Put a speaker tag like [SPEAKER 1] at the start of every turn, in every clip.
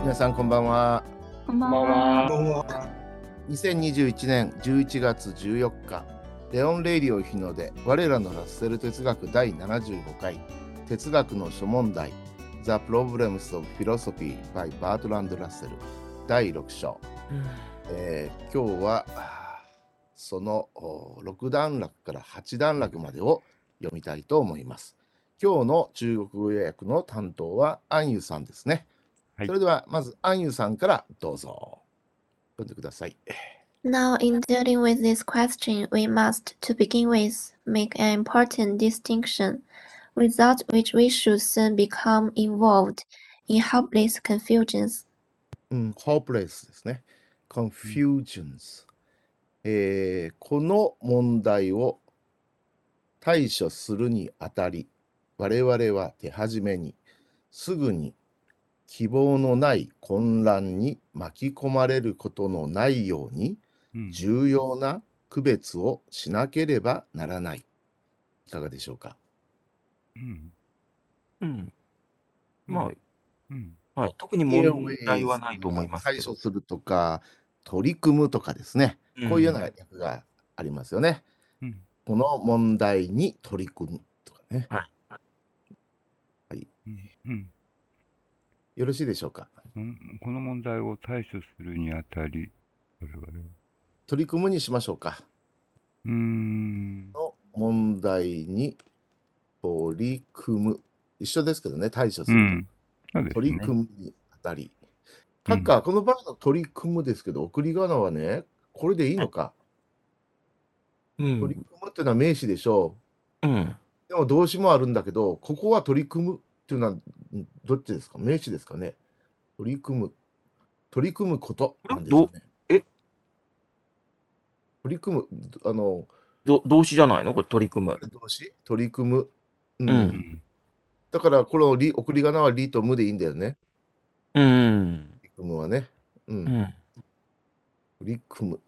[SPEAKER 1] 皆さんこんばんは。
[SPEAKER 2] こんばん
[SPEAKER 3] こんばん
[SPEAKER 2] は。
[SPEAKER 3] は
[SPEAKER 4] どうも。
[SPEAKER 1] 2021年11月14日、レオン・レイリオ日の出、我らのラッセル哲学第75回、哲学の諸問題、The Problems of Philosophy by Bertrand Russell 第6章。えー今日はあーその6段落から8段落までを読みたいと思います。今日の中国語予約の担当はアンユさんですね。
[SPEAKER 3] はい
[SPEAKER 1] それではまずアンユさんからどうぞ読んでください。
[SPEAKER 2] Now, in dealing with this question, we must, to begin with, make an important distinction, without which we should soon become involved in helpless confusions.
[SPEAKER 1] うん、hopeless ですね。confusions、えーこの問題を対処するにあたり、我々は手始めに、すぐに希望のない混乱に巻き込まれることのないように、
[SPEAKER 3] うん
[SPEAKER 1] 重要な区別をしなければならない。いかがでしょうか
[SPEAKER 3] うん
[SPEAKER 5] うん。ま
[SPEAKER 3] うん
[SPEAKER 5] あ、はい、特に問題はないと思いますけ
[SPEAKER 1] 対
[SPEAKER 5] ど
[SPEAKER 1] 処。するとか、取り組むとかですね。こういうような
[SPEAKER 5] うん
[SPEAKER 1] 訳がありますよね。
[SPEAKER 3] うん
[SPEAKER 1] この問題に取り組むとかね。
[SPEAKER 3] うん
[SPEAKER 1] よろしいでしょうか。
[SPEAKER 3] うんこの問題を対処するにあたり、我々は
[SPEAKER 1] 取り組むにしましょうか。
[SPEAKER 3] うーん、
[SPEAKER 1] の問題に取り組む。一緒ですけどね、対処する。
[SPEAKER 3] うん、そうですね
[SPEAKER 1] 取り組むにあたり。タッカー、この場合の取り組むですけど、送り仮名はね、これでいいのか。
[SPEAKER 5] うん
[SPEAKER 1] 取り組むっていうのは名詞でしょ
[SPEAKER 5] うん。
[SPEAKER 1] う。でも動詞もあるんだけど、ここは取り組むっていうのは、んどっちですか名詞ですかね。取り組む。取り組むことなんですよね。
[SPEAKER 5] え
[SPEAKER 1] 取り組む、あの、
[SPEAKER 5] ど動詞じゃないのこれ取り組む。
[SPEAKER 1] 動詞取り組む。うん
[SPEAKER 5] う
[SPEAKER 3] うんん
[SPEAKER 1] だから、このり送り仮名はりとむでいいんだよね。
[SPEAKER 5] うん。
[SPEAKER 1] 取り組むはね。うん。
[SPEAKER 5] う
[SPEAKER 1] 取
[SPEAKER 5] ん。
[SPEAKER 1] り組む。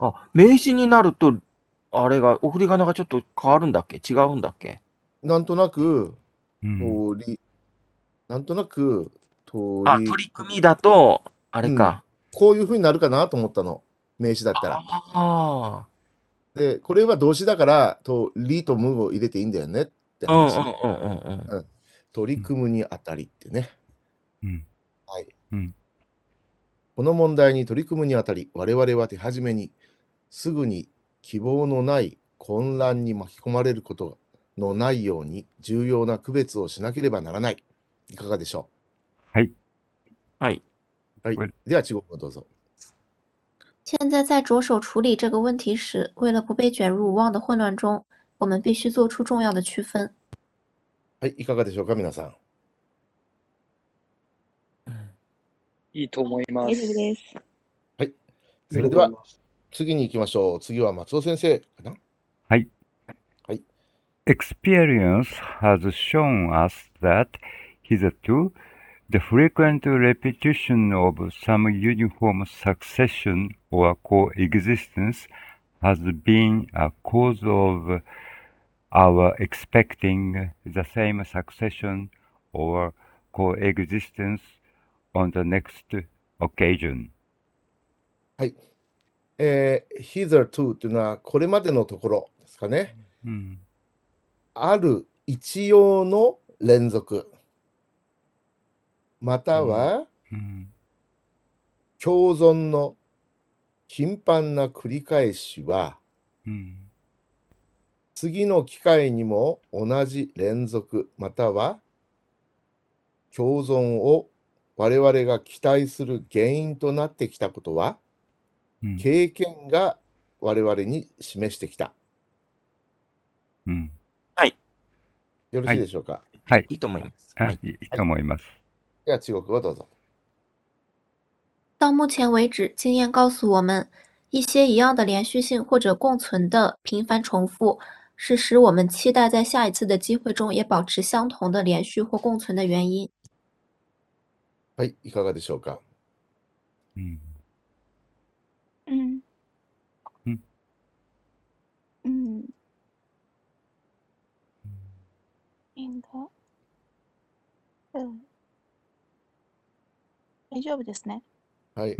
[SPEAKER 5] あ、名詞になると、あれが、送り仮名がちょっと変わるんだっけ違うんだっけ
[SPEAKER 1] なんとなく、
[SPEAKER 3] うん
[SPEAKER 1] 通り、なんとなく、通
[SPEAKER 5] あ、
[SPEAKER 1] り、
[SPEAKER 5] 取り組みだと、あれか。
[SPEAKER 1] こういうふうになるかなと思ったの。名詞だったら。
[SPEAKER 5] あ
[SPEAKER 1] で、これは動詞だから、とりとむを入れていいんだよねって
[SPEAKER 5] あ。うん
[SPEAKER 1] 話。
[SPEAKER 5] うんうんうんうん。
[SPEAKER 1] 取り組むにあたりってね。
[SPEAKER 3] うん
[SPEAKER 1] はい。
[SPEAKER 3] うん
[SPEAKER 1] この問題に取り組むにあたり、我々は手始めに、すぐに希望のない混乱に巻き込まれることのないように重要な区別をしなければならない。いかがでしょ
[SPEAKER 5] はい。
[SPEAKER 1] うはい
[SPEAKER 3] これ。
[SPEAKER 1] では、中国語どうぞ。
[SPEAKER 2] 现在在着手处理这个问题时，为了不被卷入无望的混乱中，我们必须做出重要的区分。
[SPEAKER 1] はい、いかがでしょうか、皆さん。
[SPEAKER 3] いいと思いま
[SPEAKER 6] 大丈夫です。
[SPEAKER 1] それでは、次に行きましょう。次は松尾先生かな
[SPEAKER 3] Experience has shown us that hitherto the frequent repetition of some uniform succession or coexistence has been a cause of our expecting the same succession or coexistence on the next occasion.
[SPEAKER 1] はい。えー、hitherto というのは、これまでのところですかね。
[SPEAKER 3] うん
[SPEAKER 1] ある一様の連続、または
[SPEAKER 3] うん
[SPEAKER 1] 共存の頻繁な繰り返しは、
[SPEAKER 3] うん
[SPEAKER 1] 次の機会にも同じ連続、または共存を我々が期待する原因となってきたことは、
[SPEAKER 3] うん
[SPEAKER 1] 経験が我々に示してきた。
[SPEAKER 3] うん
[SPEAKER 1] よろしいでしょうか。
[SPEAKER 5] いいと思います。
[SPEAKER 3] あ
[SPEAKER 5] はい
[SPEAKER 3] い。いと思います。
[SPEAKER 1] では中国語どうぞ。
[SPEAKER 2] 到目前为止，经验告诉我们，一些一样的连续性或者共存的频繁重复，是使我们期待在下一次的机会中也保持相同的连续或共存的原因。
[SPEAKER 1] はい、いかがでしょうか。
[SPEAKER 3] うん
[SPEAKER 6] うん。
[SPEAKER 7] Hmm.
[SPEAKER 3] うん。
[SPEAKER 6] うん。
[SPEAKER 7] Hmm.
[SPEAKER 6] 应该。嗯。大丈夫ですね。
[SPEAKER 1] はい。よ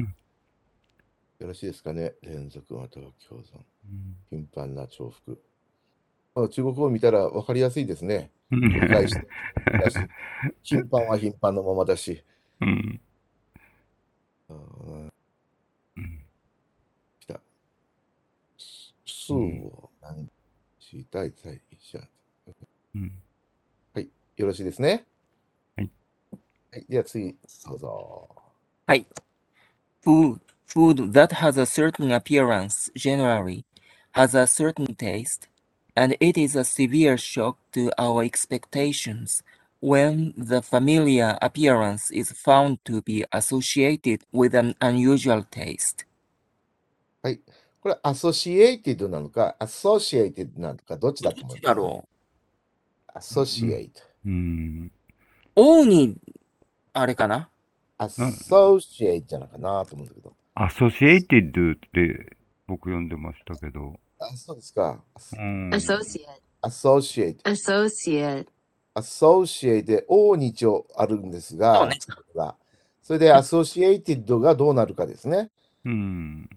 [SPEAKER 3] ん
[SPEAKER 1] ろしいですかね。連続または共存。
[SPEAKER 3] うん
[SPEAKER 1] 頻繁な重複。まあ、中国語を見たら分かりやすいですね。理解してだ し頻繁は頻繁のままだし。
[SPEAKER 3] うん
[SPEAKER 1] うん
[SPEAKER 3] うん
[SPEAKER 1] 来た。数を何し大い一者。
[SPEAKER 3] うん
[SPEAKER 1] よろしいですね。
[SPEAKER 3] はい。
[SPEAKER 1] はい、では次、どうぞ。
[SPEAKER 5] はい。Food, food that has a certain appearance generally has a certain taste, and it is a severe shock to our expectations when the familiar appearance is found to be associated with an unusual taste.
[SPEAKER 1] これ、アソシエイティドなのか、アソシエイティドなのか、どっちだと思いますアソシエイト。
[SPEAKER 3] うん
[SPEAKER 5] 王に、あれかな
[SPEAKER 1] アソシエイトじゃないかなと思うんだけど。
[SPEAKER 3] アソシエイティドって僕読んでましたけど。
[SPEAKER 1] あ、そうですか。
[SPEAKER 3] うん。
[SPEAKER 4] associate,
[SPEAKER 1] アソシエイト。
[SPEAKER 4] associate,
[SPEAKER 1] アソシエイトで、王に一応あるんですが、がそれでアソシエイティドがどうなるかですね。
[SPEAKER 3] うん。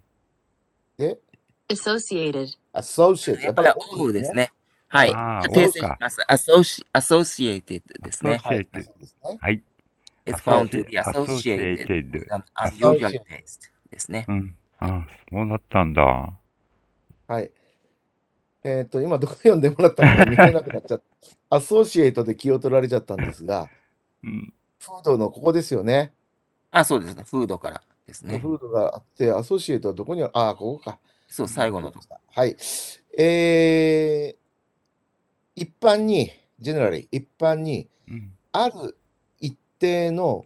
[SPEAKER 1] で、
[SPEAKER 4] associated,
[SPEAKER 1] アソシエイト。王
[SPEAKER 5] やっぱり王ですね。はい。
[SPEAKER 3] ああ、
[SPEAKER 1] 訂
[SPEAKER 3] 王
[SPEAKER 1] 正
[SPEAKER 3] か。
[SPEAKER 5] 訂正します。Associ- associated ですね。
[SPEAKER 1] はい、
[SPEAKER 3] Associated
[SPEAKER 1] そうですね。
[SPEAKER 3] はい。
[SPEAKER 5] It's found to be associated
[SPEAKER 3] associated.
[SPEAKER 5] with an
[SPEAKER 1] Associated.
[SPEAKER 5] unusual taste ですね。
[SPEAKER 3] うん。あ、そうなったんだ。
[SPEAKER 1] はい。えっ、と、今どこ読んでもらったのか見えなくなっちゃった。アソシエイトで気を取られちゃったんですが、
[SPEAKER 3] うん。
[SPEAKER 1] フードのここですよね。
[SPEAKER 5] あ、そうですね。フードからですね。
[SPEAKER 1] フードがあって、アソシエイトはどこにあるああ、ここか。
[SPEAKER 5] そう、最後のとこ。
[SPEAKER 1] はい。えー、一般に、ジェネラリー、一般に、
[SPEAKER 3] うん
[SPEAKER 1] ある一定の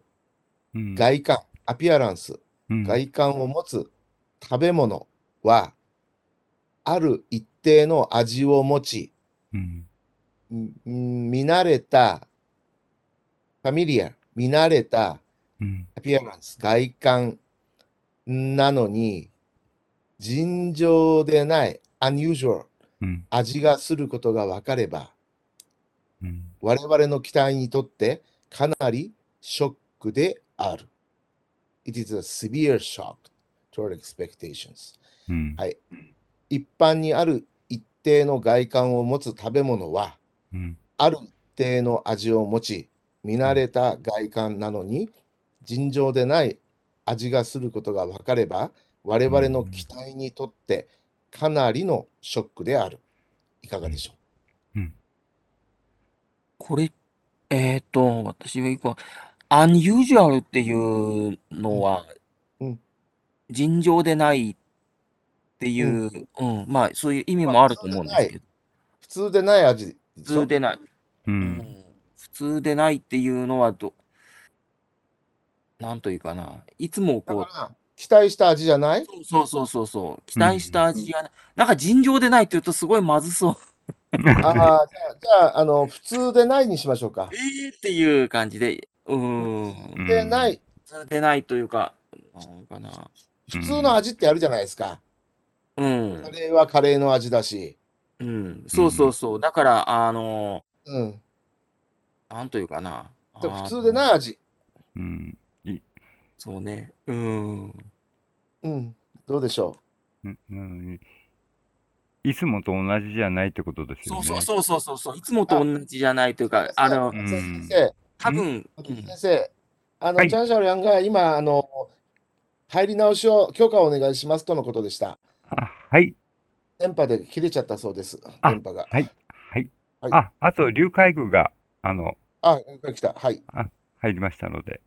[SPEAKER 3] うん。
[SPEAKER 1] 外観、アピアランス、
[SPEAKER 3] うん
[SPEAKER 1] 外観を持つ食べ物は、ある一定の味を持ち、
[SPEAKER 3] うん。
[SPEAKER 1] ん見慣れた、ファミリア、見慣れた、
[SPEAKER 3] うん。
[SPEAKER 1] アピアランス、外観なのに、尋常でない、unusual、
[SPEAKER 3] うん。
[SPEAKER 1] 味がすることが分かれば、
[SPEAKER 3] うん。
[SPEAKER 1] 我々の期待にとってかなりショックである。It is a severe shock to our expectations.
[SPEAKER 3] うん
[SPEAKER 1] はい。一般にある一定の外観を持つ食べ物は、
[SPEAKER 3] うん。
[SPEAKER 1] ある一定の味を持ち、見慣れた外観なのに、尋常でない味がすることが分かれば、我々の期待にとってかなりのショックである。いかがでしょ
[SPEAKER 5] これ、えっ、と、私は一個、unusual っていうのは、
[SPEAKER 1] うん
[SPEAKER 5] 尋常でないっていう、うん、まあ、そういう意味もあると思うんですけど、
[SPEAKER 1] う普通でない味でし
[SPEAKER 5] 普
[SPEAKER 1] ょ
[SPEAKER 5] 通でない。
[SPEAKER 3] う。
[SPEAKER 5] うんん普通でないっていうのはど、なんというかな、いつも
[SPEAKER 1] だ
[SPEAKER 5] こう、
[SPEAKER 1] から期待した味じゃない
[SPEAKER 5] そうそうそうそう、期待した味がな、なんか尋常でないって言うとすごいまずそう。
[SPEAKER 1] ああじゃあ、じゃあ、あの、普通でないにしましょうか
[SPEAKER 5] え。ー っていう感じで、うー、
[SPEAKER 3] うんん
[SPEAKER 1] でない、
[SPEAKER 5] 普通でないというか、なんかな、
[SPEAKER 1] 普通の味ってあるじゃないですか。
[SPEAKER 5] うん
[SPEAKER 1] カ、レーはカレーの味だし。
[SPEAKER 5] うん、そうそうそう、だから、あの、
[SPEAKER 1] うん。
[SPEAKER 5] なんというかな、
[SPEAKER 1] でも普通でない
[SPEAKER 5] い。
[SPEAKER 1] 味。
[SPEAKER 3] うん。
[SPEAKER 5] そうね、うん、
[SPEAKER 1] うん。どうでしょ
[SPEAKER 3] ななのに、いつもと同じじゃないってことですよ
[SPEAKER 5] そ
[SPEAKER 3] ね。
[SPEAKER 5] うそうそうそうそうそう、いつもと同じじゃないという
[SPEAKER 1] う
[SPEAKER 5] か、あの、
[SPEAKER 1] 先
[SPEAKER 3] うん
[SPEAKER 1] 生。
[SPEAKER 5] 多分、う
[SPEAKER 1] 先
[SPEAKER 5] ん
[SPEAKER 1] 生、あの、
[SPEAKER 3] はい
[SPEAKER 1] チャンシャルヤンが今、あの、入り直しを許可をお願いしますとのことでした。
[SPEAKER 3] あはい。
[SPEAKER 1] 電波で切れちゃったそうです。
[SPEAKER 3] あ
[SPEAKER 1] 電波が。
[SPEAKER 3] はい。はい。
[SPEAKER 1] はい
[SPEAKER 3] あ、あと、竜海軍が、あの、
[SPEAKER 1] あ、来た。はい。
[SPEAKER 3] 入りましたので。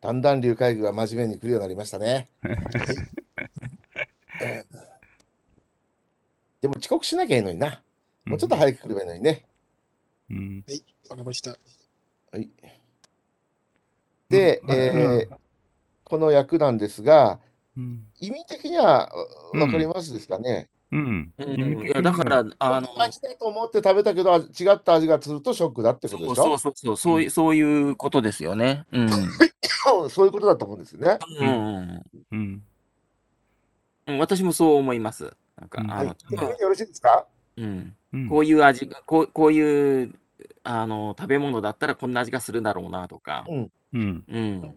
[SPEAKER 1] だんだん流海軍が真面目に来るようになりました ね。えーでも遅刻しなきゃいいのにな。もうちょっと早く来ればいいのにね。
[SPEAKER 3] うん。
[SPEAKER 8] わかりました。
[SPEAKER 1] はい。で、
[SPEAKER 3] うん
[SPEAKER 1] えーこの役なんですが、
[SPEAKER 3] うん。
[SPEAKER 1] 意味的にはわわかりますですかね。
[SPEAKER 3] うん。
[SPEAKER 5] うん、いやだから、あの、
[SPEAKER 1] 期待したいと思って食べたけど、味違った味がするとショックだってことでし
[SPEAKER 5] そう
[SPEAKER 1] ょ
[SPEAKER 5] そうそうそう、そういそういうことですよね。うん。
[SPEAKER 1] そうそういうことだと思うんですよね。
[SPEAKER 5] うんうん
[SPEAKER 3] うん。
[SPEAKER 5] うん、私もそう思います。なんか、
[SPEAKER 3] うん
[SPEAKER 5] あの、
[SPEAKER 1] はい、
[SPEAKER 5] 多分
[SPEAKER 1] よろしいですか
[SPEAKER 5] うん、
[SPEAKER 3] うん。
[SPEAKER 5] こういう味がこう、こういうあの、食べ物だったらこんな味がするだろうなとか、
[SPEAKER 3] うん。
[SPEAKER 5] うん。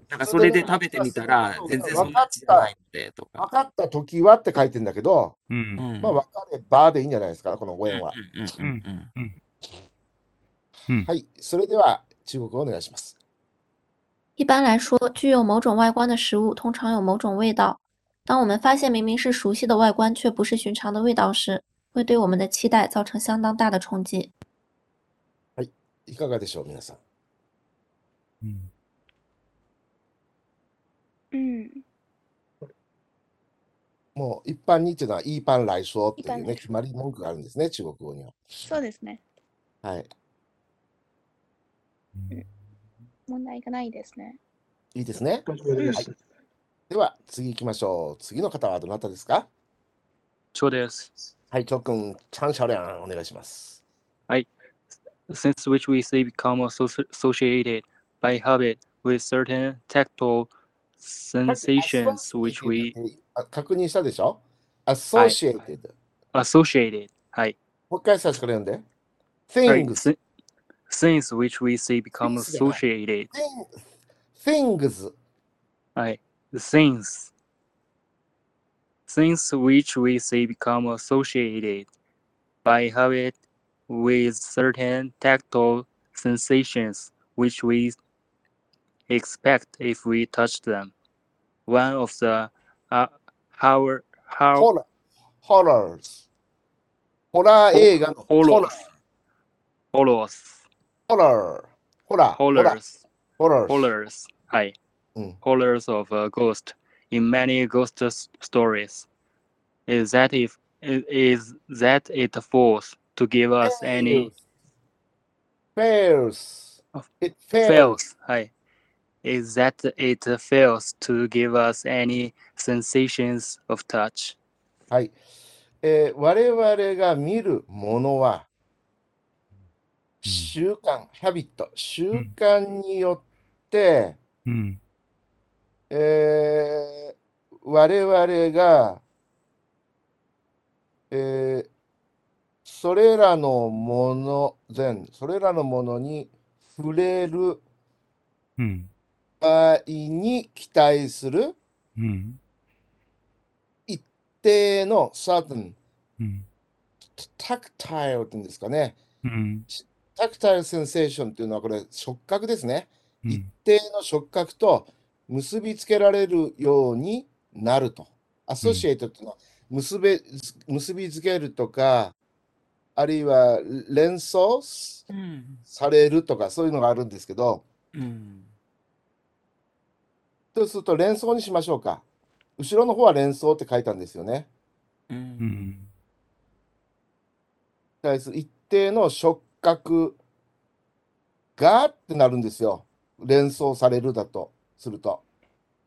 [SPEAKER 5] なんか
[SPEAKER 1] そ
[SPEAKER 5] そ
[SPEAKER 1] れ
[SPEAKER 5] れ
[SPEAKER 1] で
[SPEAKER 5] で食べてみたら
[SPEAKER 1] そ、う
[SPEAKER 5] 全然
[SPEAKER 1] そう
[SPEAKER 5] そんな味じゃないのでと
[SPEAKER 1] 分
[SPEAKER 5] か。
[SPEAKER 1] かった時はって書いてんだけど、
[SPEAKER 3] うん
[SPEAKER 5] う。ん
[SPEAKER 1] まあ、分かればでいいんじゃないですか、この語
[SPEAKER 5] うん
[SPEAKER 1] 源は。
[SPEAKER 5] うんうんうんうん
[SPEAKER 1] はい、それでは中国語お願いします。
[SPEAKER 2] 一般来说，具有某种外观的食物通常有某种味道。当我们发现明明是熟悉的外观，却不是寻常的味道时，会对我们的期待造成相当大的冲击。
[SPEAKER 1] いかがでしょう、皆さん。
[SPEAKER 3] うん。
[SPEAKER 6] 嗯
[SPEAKER 1] もう一般にっていうのは、一般来说っていう
[SPEAKER 6] 一般
[SPEAKER 1] ね、
[SPEAKER 6] 来
[SPEAKER 1] 決まり文句があるんですね、中国語には。
[SPEAKER 6] そうですね。
[SPEAKER 1] はい、
[SPEAKER 6] 問題がないですね。
[SPEAKER 1] いいですね。
[SPEAKER 6] うん
[SPEAKER 1] はいでは、次行きましょう。次の方はどなたですか
[SPEAKER 8] そうです。
[SPEAKER 1] はい、チョウ君、チャンシャオリャン、お願いします。
[SPEAKER 8] Since which we say become associ- associated by habit with certain tactile sensations which we
[SPEAKER 1] あ確認したでしょ ?associated、
[SPEAKER 8] associated. はい。
[SPEAKER 1] もう一回最初から読んで。
[SPEAKER 8] はい
[SPEAKER 1] things、
[SPEAKER 8] si- Since which we say become
[SPEAKER 1] Things じゃない
[SPEAKER 8] associated.
[SPEAKER 1] thing- things、
[SPEAKER 8] はい。Since. Since which we say become associated by habit with certain tactile sensations which we expect if we touch them. One of the uh, how how
[SPEAKER 1] horror、horrors。ホラー映画のホラー
[SPEAKER 8] horrors horrors
[SPEAKER 1] ホラー、ホラー、ホラー、
[SPEAKER 8] horrors
[SPEAKER 1] ホラー、
[SPEAKER 8] horrors はい、
[SPEAKER 1] うん
[SPEAKER 7] Mm.
[SPEAKER 8] horrors of a ghost in many ghost s- stories is that if i- is that it fails to give us any
[SPEAKER 1] fails. It fails.
[SPEAKER 8] fails はい is that it fails to give us any sensations of touch
[SPEAKER 1] はい。えー我々が見るものは、習慣、ハビット、習慣によって、
[SPEAKER 3] うん。
[SPEAKER 1] えー我々が、えーそれらのもの、全、それらのものに触れる
[SPEAKER 3] うん。
[SPEAKER 1] 場合に期待する
[SPEAKER 3] うん。
[SPEAKER 1] 一定の certain
[SPEAKER 3] うん。
[SPEAKER 1] タクタイルって言うんですかね。
[SPEAKER 3] うん。
[SPEAKER 1] タクタイルセンセーションっていうのはこれ触覚ですね。
[SPEAKER 3] う
[SPEAKER 1] 一
[SPEAKER 3] ん。
[SPEAKER 1] 定の触覚と結びつけられるようになると。アソシエイトっていうのは結べ結びつけるとか、あるいは連想
[SPEAKER 5] うん
[SPEAKER 1] されるとかそういうのがあるんですけど、
[SPEAKER 5] うん
[SPEAKER 1] そうすると連想にしましょうか。後ろの方は連想って書いたんですよね。
[SPEAKER 5] う
[SPEAKER 3] うんん。
[SPEAKER 1] 対する一定の触覚がってなるんですよ。連想されるだとすると。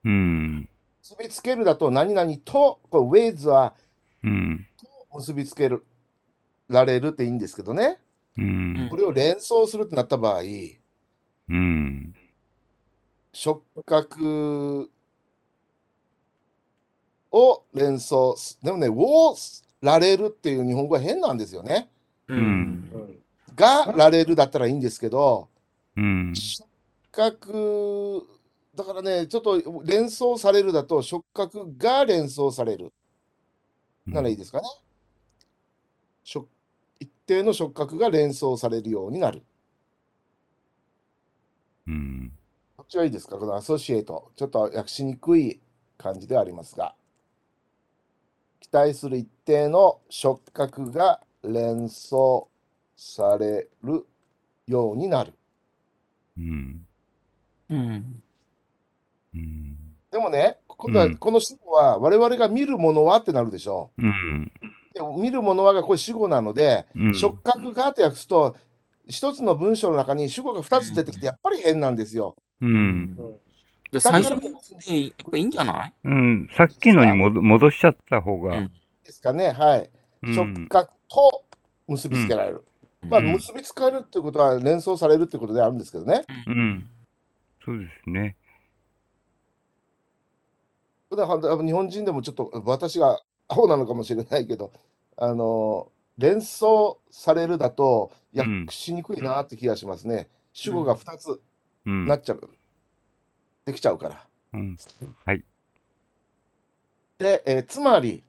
[SPEAKER 3] うん。
[SPEAKER 1] 結びつけるだと何々と、これウェイズは
[SPEAKER 3] うん。
[SPEAKER 1] 結びつけるられるっていいんですけどね。
[SPEAKER 3] うん。
[SPEAKER 1] これを連想するってなった場合、
[SPEAKER 3] うん。
[SPEAKER 1] 触覚を連想す。でもね、をられるっていう日本語は変なんですよね。
[SPEAKER 5] うん
[SPEAKER 1] がられるだったらいいんですけど、
[SPEAKER 3] うん。
[SPEAKER 1] 触覚だからねちょっと連想されるだと触覚が連想されるならいいですかね、触一定の触覚が連想されるようになる
[SPEAKER 3] うん。
[SPEAKER 1] こっちはいいですかこのアソシエイトちょっと訳しにくい感じではありますが期待する一定の触覚が連想されるようになる
[SPEAKER 3] うん。
[SPEAKER 5] うん
[SPEAKER 3] うん。
[SPEAKER 1] でもね今度は
[SPEAKER 3] うん
[SPEAKER 1] この主語は我々が見るものはってなるでしょう
[SPEAKER 3] うん。
[SPEAKER 1] でも見るものはがこれ主語なので、
[SPEAKER 3] うん。
[SPEAKER 1] 触覚がと訳すと、一つの文章の中に主語が二つ出てきて、やっぱり変なんですよ。
[SPEAKER 3] うん。
[SPEAKER 5] で最初のでいいんじゃない
[SPEAKER 3] うん。さっきのに戻戻しちゃった方が。
[SPEAKER 1] ですかね、はい。
[SPEAKER 3] うん。
[SPEAKER 1] 触覚と結びつけられる。まあ、
[SPEAKER 3] うん
[SPEAKER 1] 結びつかれるっていうことは連想されるっていうことであるんですけどね。
[SPEAKER 3] うん。そうですね。
[SPEAKER 1] だから日本人でもちょっと私がアホなのかもしれないけど、あの、連想されるだと
[SPEAKER 3] ん
[SPEAKER 1] 訳しにくいなって気がしますね。主語が2つ
[SPEAKER 3] うん
[SPEAKER 1] なっちゃう、できちゃうから。
[SPEAKER 3] うん
[SPEAKER 1] で、えーつまり、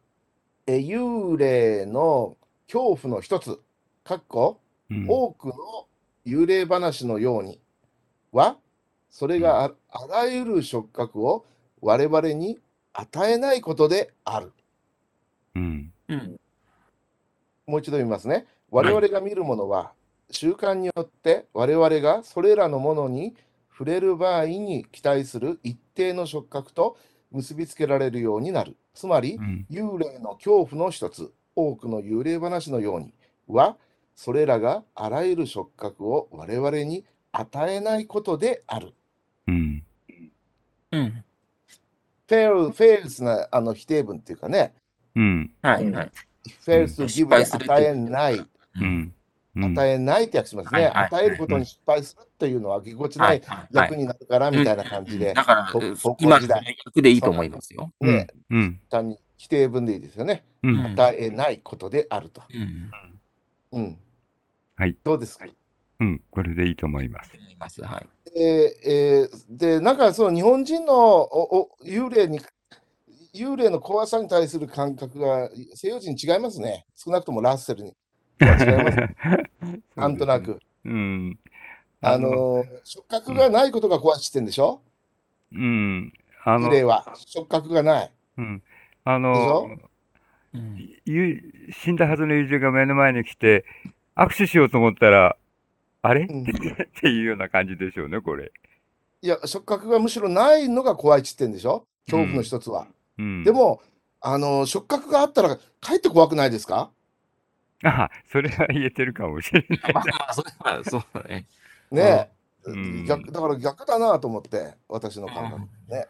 [SPEAKER 1] えー幽霊の恐怖の一つ、かっこ
[SPEAKER 3] うん
[SPEAKER 1] 多くの幽霊話のようには、それがああらゆる触覚を我々に与えないことである。
[SPEAKER 3] うん
[SPEAKER 5] うん
[SPEAKER 1] もう一度見ますね。
[SPEAKER 3] は
[SPEAKER 1] 我
[SPEAKER 3] い
[SPEAKER 1] 々が見るものは、習慣によって我々がそれらのものに触れる場合に期待する一定の触覚と結びつけられるようになる。つまり
[SPEAKER 3] う、ん
[SPEAKER 1] 幽霊の恐怖の一つ、多くの幽霊話のようには、それらがあらゆる触覚を我々に与えないことである。
[SPEAKER 3] うん
[SPEAKER 5] うん
[SPEAKER 1] フェル、フェルスなあの否定文っていうかね、
[SPEAKER 3] うん
[SPEAKER 5] はいはい
[SPEAKER 1] フェルスギブで与えない、
[SPEAKER 3] うんうん
[SPEAKER 1] 与えないって訳しますね。
[SPEAKER 5] はいはい
[SPEAKER 1] 与えることに失敗するっていうのはぎこちない
[SPEAKER 5] はいはい
[SPEAKER 1] 役になるからみたいな感じで、
[SPEAKER 5] だから
[SPEAKER 1] ぼ
[SPEAKER 5] 今
[SPEAKER 1] 僕の時
[SPEAKER 5] の
[SPEAKER 1] 代
[SPEAKER 5] 役でいいと思いますよ。
[SPEAKER 3] うん
[SPEAKER 1] ね、
[SPEAKER 3] うん
[SPEAKER 1] 単に否定文でいいですよね。
[SPEAKER 3] うん
[SPEAKER 5] うん
[SPEAKER 1] 与えないことであると。
[SPEAKER 5] うん
[SPEAKER 1] うん。
[SPEAKER 3] はい。
[SPEAKER 1] どうですか
[SPEAKER 3] うんこれでいいと思います
[SPEAKER 5] 思いますはい。
[SPEAKER 1] えーえーでなんかその日本人のおお幽霊に幽霊の怖さに対する感覚が西洋人違いますね少なくともラッセル には違います なんとなく、
[SPEAKER 3] うん
[SPEAKER 1] あのー触覚がないことが怖いって言ってんでしょ
[SPEAKER 3] うんあ
[SPEAKER 1] 幽
[SPEAKER 3] の
[SPEAKER 1] 霊は触覚がない
[SPEAKER 3] うんあ
[SPEAKER 1] でし
[SPEAKER 3] の
[SPEAKER 1] ょ
[SPEAKER 5] うん
[SPEAKER 3] ゆ死んだはずの友人が目の前に来て握手しようと思ったらあれ、
[SPEAKER 1] うん
[SPEAKER 3] っていうような感じでしょうねこれ、
[SPEAKER 1] いや触覚がむしろないのが怖いって言ってんでしょ恐怖の一つは、
[SPEAKER 3] うん、
[SPEAKER 1] でもあのー触覚があったらかえって怖くないですか
[SPEAKER 3] あそれは言えてるかもしれない
[SPEAKER 5] まあまあそれはそうだね。
[SPEAKER 1] ねえ、
[SPEAKER 3] うん
[SPEAKER 1] 逆だから逆だなと思って私の感覚ね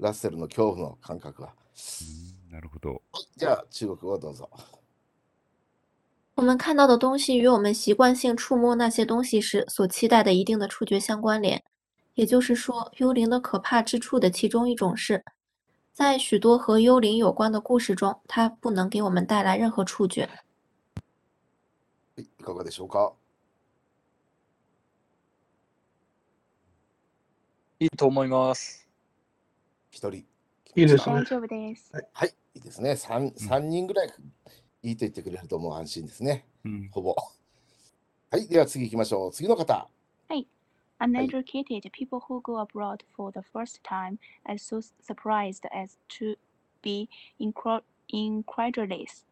[SPEAKER 1] ラッセルの恐怖の感覚は
[SPEAKER 3] なるほど
[SPEAKER 1] じゃあ中国語どうぞ
[SPEAKER 2] 我们看到的东西与我们习惯性触摸那些东西时所期待的一定的触觉相关联，也就是说，幽灵的可怕之处的其中一种是，在许多和幽灵有关的故事中，它不能给我们带来任何触觉。
[SPEAKER 1] いいかがでしょうか
[SPEAKER 8] いいと思います。
[SPEAKER 1] 一人い
[SPEAKER 7] いいですね
[SPEAKER 6] 大。丈夫です。
[SPEAKER 1] はいいいですね三三人ぐらいいいと言ってくれるともう安心ですね
[SPEAKER 3] うん
[SPEAKER 1] ほぼはいでは次行きましょう次の方
[SPEAKER 6] Uneducated people who go abroad for the first time are so surprised as to be incro- incredulous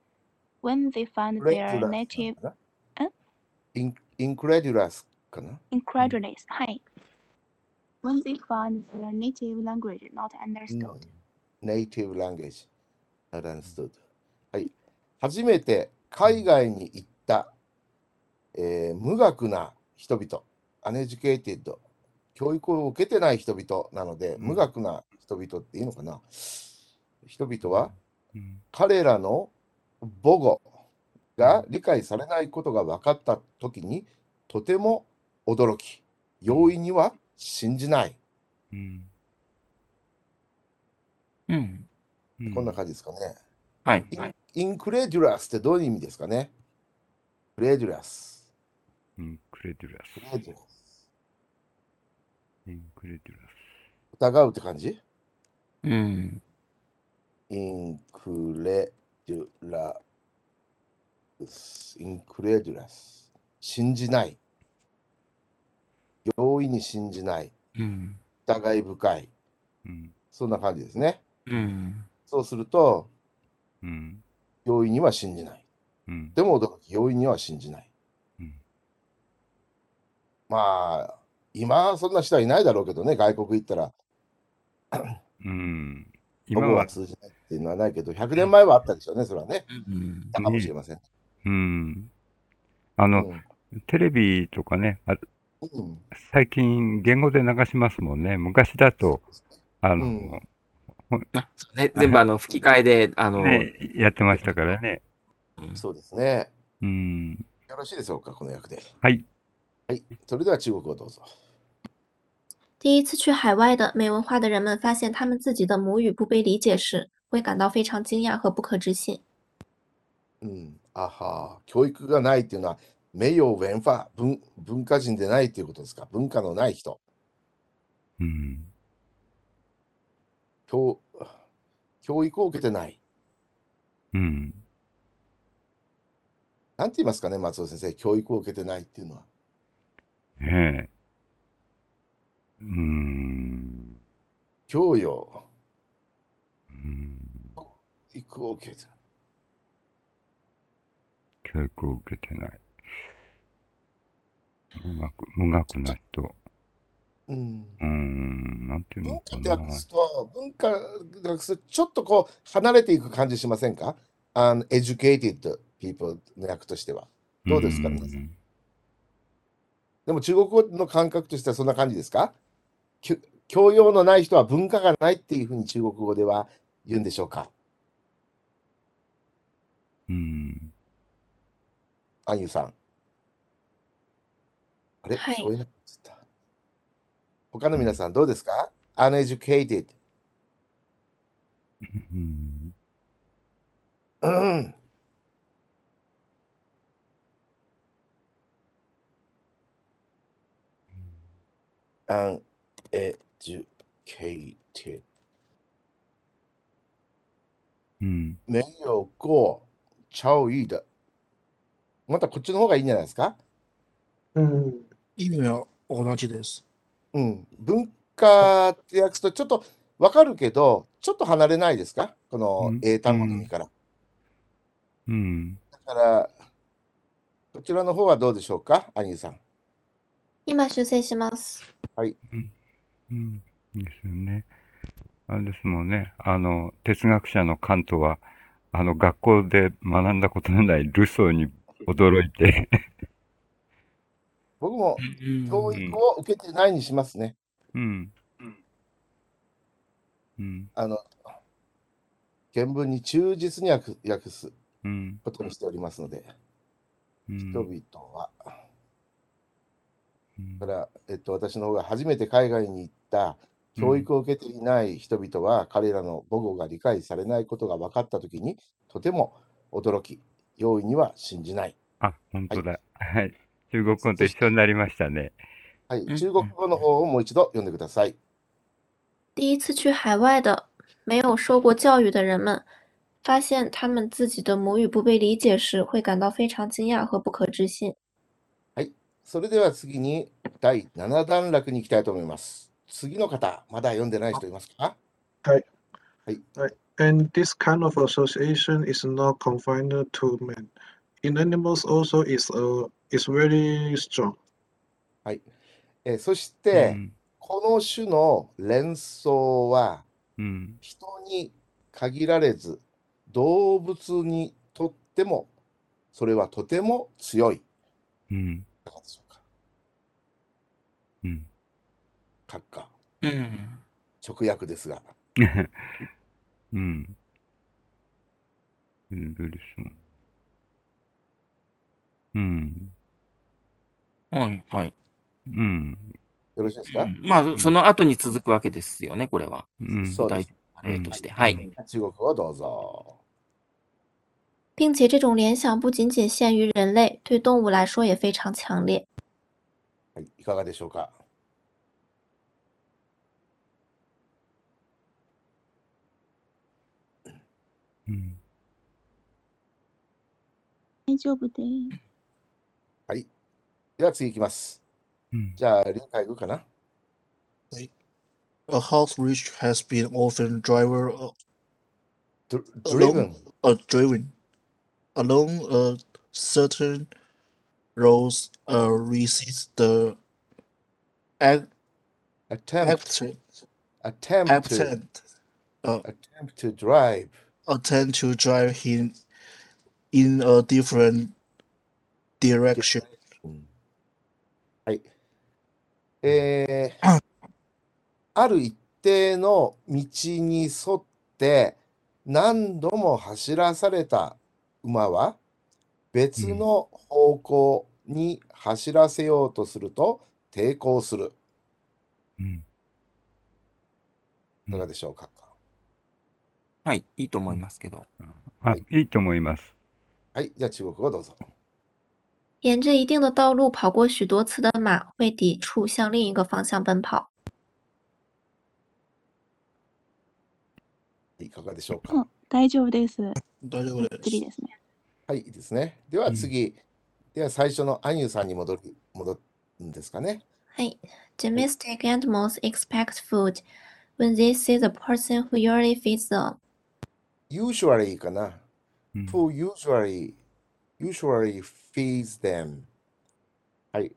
[SPEAKER 6] when they find their native
[SPEAKER 1] インインクレデュラスかな
[SPEAKER 6] incredulous. Hi. When they find their native language not
[SPEAKER 1] Mm.
[SPEAKER 6] understood.
[SPEAKER 1] ネイティブ・ランゲージ。アランストーはい。初めて海外に行った、えー無学な人々、アネジケイテッド、教育を受けてない人々なので、
[SPEAKER 3] うん
[SPEAKER 1] 無学な人々っていいのかな人々は
[SPEAKER 3] うん
[SPEAKER 1] 彼らの母語が理解されないことが分かったときに、とても驚き、容易には信じない。
[SPEAKER 3] うん
[SPEAKER 5] うん
[SPEAKER 3] うん
[SPEAKER 1] こんな感じですかね。
[SPEAKER 5] はい
[SPEAKER 1] イン
[SPEAKER 5] はい。
[SPEAKER 1] インクレデュラスってどういう意味ですかねクレデュラス。
[SPEAKER 3] インクレデュラ
[SPEAKER 1] クレ
[SPEAKER 3] ス
[SPEAKER 1] デュラス。
[SPEAKER 3] インクレデュラ
[SPEAKER 1] 疑うって感じ
[SPEAKER 5] うん
[SPEAKER 1] インクレデュラス。インクレデュラス。信じない。容易に信じない。
[SPEAKER 5] うん
[SPEAKER 1] 疑い深い。
[SPEAKER 3] スうん
[SPEAKER 1] そんな感じですね。
[SPEAKER 5] うん
[SPEAKER 1] そうすると、
[SPEAKER 3] うん
[SPEAKER 1] 容易には信じない。
[SPEAKER 3] うん
[SPEAKER 1] でも驚き、容易には信じない。
[SPEAKER 3] うん
[SPEAKER 1] まあ、今はそんな人はいないだろうけどね、外国行ったら。
[SPEAKER 3] うん
[SPEAKER 1] 今
[SPEAKER 3] 今
[SPEAKER 1] は
[SPEAKER 3] は
[SPEAKER 1] 通じないっていうのはないけど、100年前はあったでしょうね、それはね。
[SPEAKER 5] うん
[SPEAKER 1] かもしれません。
[SPEAKER 3] うんあ
[SPEAKER 1] う
[SPEAKER 3] の、
[SPEAKER 1] ん
[SPEAKER 3] テレビとかねあ
[SPEAKER 1] うん
[SPEAKER 3] 最近言語で流しますもんね昔だとあの、
[SPEAKER 1] うん
[SPEAKER 5] ね全部あの吹き替えであの
[SPEAKER 3] ねやってましたからね
[SPEAKER 5] うん
[SPEAKER 1] そうですね。
[SPEAKER 3] うん
[SPEAKER 1] よろしいでしょうか、この役で。
[SPEAKER 3] はい
[SPEAKER 1] はい。それでは中国をどうぞ。
[SPEAKER 2] 第一次去海外的没文化的人们发现他们自己的母语不被理解时，会感到非常惊讶和不可置信。
[SPEAKER 1] うん。あはー教育がないっていうのは、名誉文化文文化人でないっていうことですか。文化のない人。
[SPEAKER 3] うん。
[SPEAKER 1] 教教育を受けてない。
[SPEAKER 3] うん。
[SPEAKER 1] なんて言いますかね、松尾先生。教育を受けてないっていうのは。
[SPEAKER 3] ねえ。うーん。
[SPEAKER 1] 教養、
[SPEAKER 3] うん
[SPEAKER 1] 教育を受けてない。
[SPEAKER 3] 教育を受けてない。無学、無学な人。
[SPEAKER 1] うん
[SPEAKER 3] うーん。なんていう
[SPEAKER 1] 文
[SPEAKER 3] の
[SPEAKER 1] 化
[SPEAKER 3] か
[SPEAKER 1] って
[SPEAKER 3] な。
[SPEAKER 1] 訳すと、文化で訳すと、ちょっとこう、離れていく感じしませんかあの ?educated people の訳としては。どうですか皆さ
[SPEAKER 3] ん
[SPEAKER 1] でも中国語の感覚としてはそんな感じですかきゅ教養のない人は文化がないっていうふうに中国語では言うんでしょうか
[SPEAKER 3] うん。
[SPEAKER 1] アンユさん。あれ、
[SPEAKER 2] はい
[SPEAKER 1] 聞こえなかった。他の皆さんどうですか ?uneducated。
[SPEAKER 3] うん。
[SPEAKER 1] うん。uneducated。
[SPEAKER 3] うん。
[SPEAKER 1] 没有过教育的。またこっちの方がいいんじゃないですか
[SPEAKER 7] うん。意味は同じです。
[SPEAKER 1] うん。文化って訳すとちょっとわかるけど、ちょっと離れないですかこの
[SPEAKER 3] うん
[SPEAKER 1] 英単語の意味から。
[SPEAKER 3] うん。
[SPEAKER 1] だから、こちらの方はどうでしょうかアニーさん。
[SPEAKER 2] 今修正します。
[SPEAKER 3] うん。ですよね。あれですもんね。あの、哲学者のカントは、あの、学校で学んだことのないルソーに驚いて、
[SPEAKER 1] 僕も教育を受けてないにしますね。
[SPEAKER 3] うん。うん。
[SPEAKER 1] あの、原文に忠実に訳訳す
[SPEAKER 3] うん。
[SPEAKER 1] ことにしておりますので、
[SPEAKER 3] うん。
[SPEAKER 1] 人々は。
[SPEAKER 3] うん
[SPEAKER 1] だから、えっと、私の方が初めて海外に行った教育を受けていない人々は、彼らの母語が理解されないことが分かったときに、とても驚き、容易には信じない。
[SPEAKER 3] あ、本当だ。はい。中国語と一緒になりましたね。
[SPEAKER 1] はい、
[SPEAKER 5] うん
[SPEAKER 1] 中国語の方をもう一度読んでください。
[SPEAKER 2] 第一次去海外的没有受过教育的人们，发现他们自己的母语不被理解时，会感到非常惊讶和不可置信。
[SPEAKER 1] それでは次に第7段落に行きたいと思います。次の方、まだ読んでない人いますか
[SPEAKER 7] And this kind of association is not confined to men. In animals also is a is very strong.
[SPEAKER 1] はい、えーそし
[SPEAKER 3] う
[SPEAKER 1] て、
[SPEAKER 3] ん。
[SPEAKER 1] この種の連想は
[SPEAKER 3] うん。
[SPEAKER 1] 人に限られず動物にとってもそれはとても強い。い
[SPEAKER 3] うん。
[SPEAKER 1] かがでしょうか
[SPEAKER 3] うん。
[SPEAKER 1] 閣下
[SPEAKER 5] うん。
[SPEAKER 1] 直訳ですが。
[SPEAKER 3] うん。ルルソン。うん。
[SPEAKER 5] はい、はい。
[SPEAKER 3] うん。
[SPEAKER 1] よろしいですか、
[SPEAKER 5] うんまあ、その後に続くわけですよね、これは。
[SPEAKER 3] うん。
[SPEAKER 1] そうです。
[SPEAKER 5] 例として。はい。
[SPEAKER 1] 中国語をどうぞ。
[SPEAKER 2] 并且这种联想不仅仅限于人类，对动物来说也非常强烈。
[SPEAKER 1] はい、いかがでしょうか
[SPEAKER 3] うん。
[SPEAKER 6] 大丈夫です。
[SPEAKER 1] では次行きます。
[SPEAKER 3] うん。
[SPEAKER 1] じゃあ、臨海具かな
[SPEAKER 7] A horse which has been often driver
[SPEAKER 1] Dr- ?driven。
[SPEAKER 7] along a driven along a certain roads uh, resists the ac-
[SPEAKER 1] attempt,
[SPEAKER 7] accident
[SPEAKER 1] attempt, to,
[SPEAKER 7] attempt uh,
[SPEAKER 1] attempt to drive.
[SPEAKER 7] attempt to drive him in a different direction.
[SPEAKER 1] うんはい。えーある一定の道に沿って何度も走らされた馬は別の方向に走らせようとすると抵抗する。
[SPEAKER 3] うん。
[SPEAKER 1] いかがでしょうか。
[SPEAKER 5] はい、いいと思いますけど。
[SPEAKER 3] あ、いいと思います。
[SPEAKER 1] はい、じゃあ中国語どうぞ。
[SPEAKER 2] 沿着一定的道路跑过许多次的马会抵触向另一个方向奔跑。
[SPEAKER 1] いかがでしょうか、
[SPEAKER 6] うん大丈夫です。
[SPEAKER 9] 大丈
[SPEAKER 6] び
[SPEAKER 9] 夫
[SPEAKER 6] っ
[SPEAKER 9] で
[SPEAKER 6] くりですね。
[SPEAKER 1] はい、いいですね。では次、では最初のアンユさんに戻る戻るんですかね。
[SPEAKER 2] はい。Domestic animals expect food when they see the person who usually feeds them.
[SPEAKER 1] usually かな。
[SPEAKER 3] うん
[SPEAKER 1] who usually, usually feeds them. はい。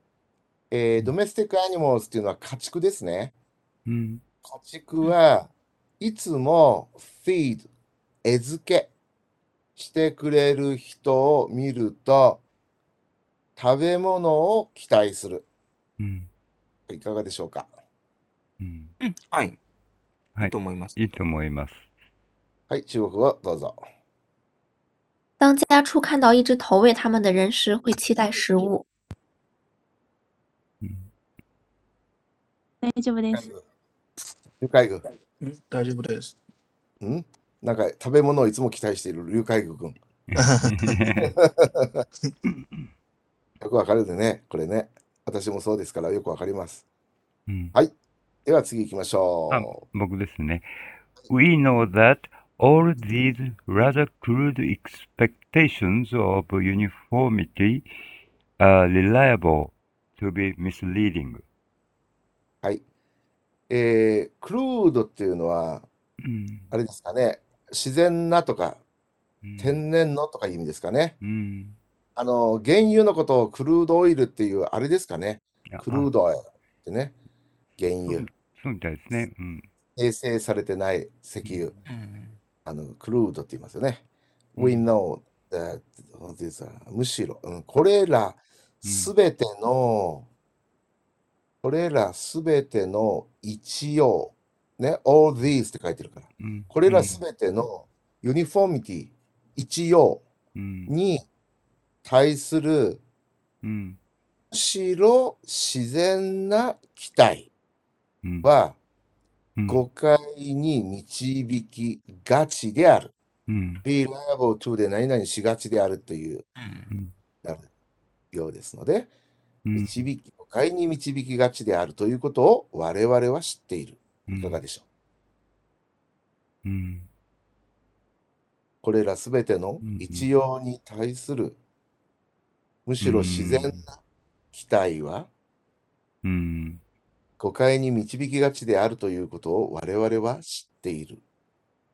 [SPEAKER 1] えー、ドメスティックアニモーズっていうのは家畜ですね。
[SPEAKER 3] うん
[SPEAKER 1] 家畜はいつも feed、餌付けしてくれる人を見ると食べ物を期待する。
[SPEAKER 3] うん
[SPEAKER 1] いかがでしょうか
[SPEAKER 3] うん
[SPEAKER 5] うんはい。
[SPEAKER 3] はい
[SPEAKER 5] いいと思います。
[SPEAKER 3] いいと思います。
[SPEAKER 1] はい、中国語どうぞ。
[SPEAKER 2] 当家畜看到一只投喂它们的人时，会期待食物。
[SPEAKER 3] うん
[SPEAKER 6] 大丈夫です。
[SPEAKER 1] 龍海軍。
[SPEAKER 9] うん大丈夫です。
[SPEAKER 1] んなんか食べ物をいつも期待している龍海軍君。よくわかるでね、これね。私もそうですからよくわかります。
[SPEAKER 3] うん
[SPEAKER 1] では次行きましょ
[SPEAKER 3] 僕ですね。We know that all these rather crude expectations of uniformity are reliable to be misleading.
[SPEAKER 1] う。はい。えー、クルードっていうのは、あれですかね、自然なとか、天然のとかいう意味ですかね。
[SPEAKER 3] うん
[SPEAKER 1] あの、原油のことをクルードオイルっていう、あれですかね。クルー
[SPEAKER 3] ド
[SPEAKER 1] ドオイルってね。原
[SPEAKER 3] そう
[SPEAKER 1] 油。
[SPEAKER 3] そうみたいですね。うん
[SPEAKER 1] 生成されてない石油。
[SPEAKER 5] うん
[SPEAKER 1] あの、クルードって言いますよね。
[SPEAKER 3] うん
[SPEAKER 1] We know that these are- むしろ、うんこれらすべての、これらすべての一応、ね、all these って書いてるから、
[SPEAKER 3] うん
[SPEAKER 1] これらすべてのユニフォーミティ、一様
[SPEAKER 3] うん
[SPEAKER 1] に対する、
[SPEAKER 3] うん
[SPEAKER 1] むしろ自然な期待
[SPEAKER 3] うん
[SPEAKER 1] は
[SPEAKER 3] うん
[SPEAKER 1] 誤解に導きがちである。
[SPEAKER 3] うん、
[SPEAKER 1] be liable to で何々しがちであるという
[SPEAKER 5] うん
[SPEAKER 1] ようですので、
[SPEAKER 3] うん
[SPEAKER 1] 導き、誤解に導きがちであるということを我々は知っている。いかがでしょう、
[SPEAKER 3] うん
[SPEAKER 1] これらすべての
[SPEAKER 3] うんうん
[SPEAKER 1] 一様に対する、むしろ自然な期待は
[SPEAKER 3] うん
[SPEAKER 1] 誤解に導きがちであるということを我々は知っている。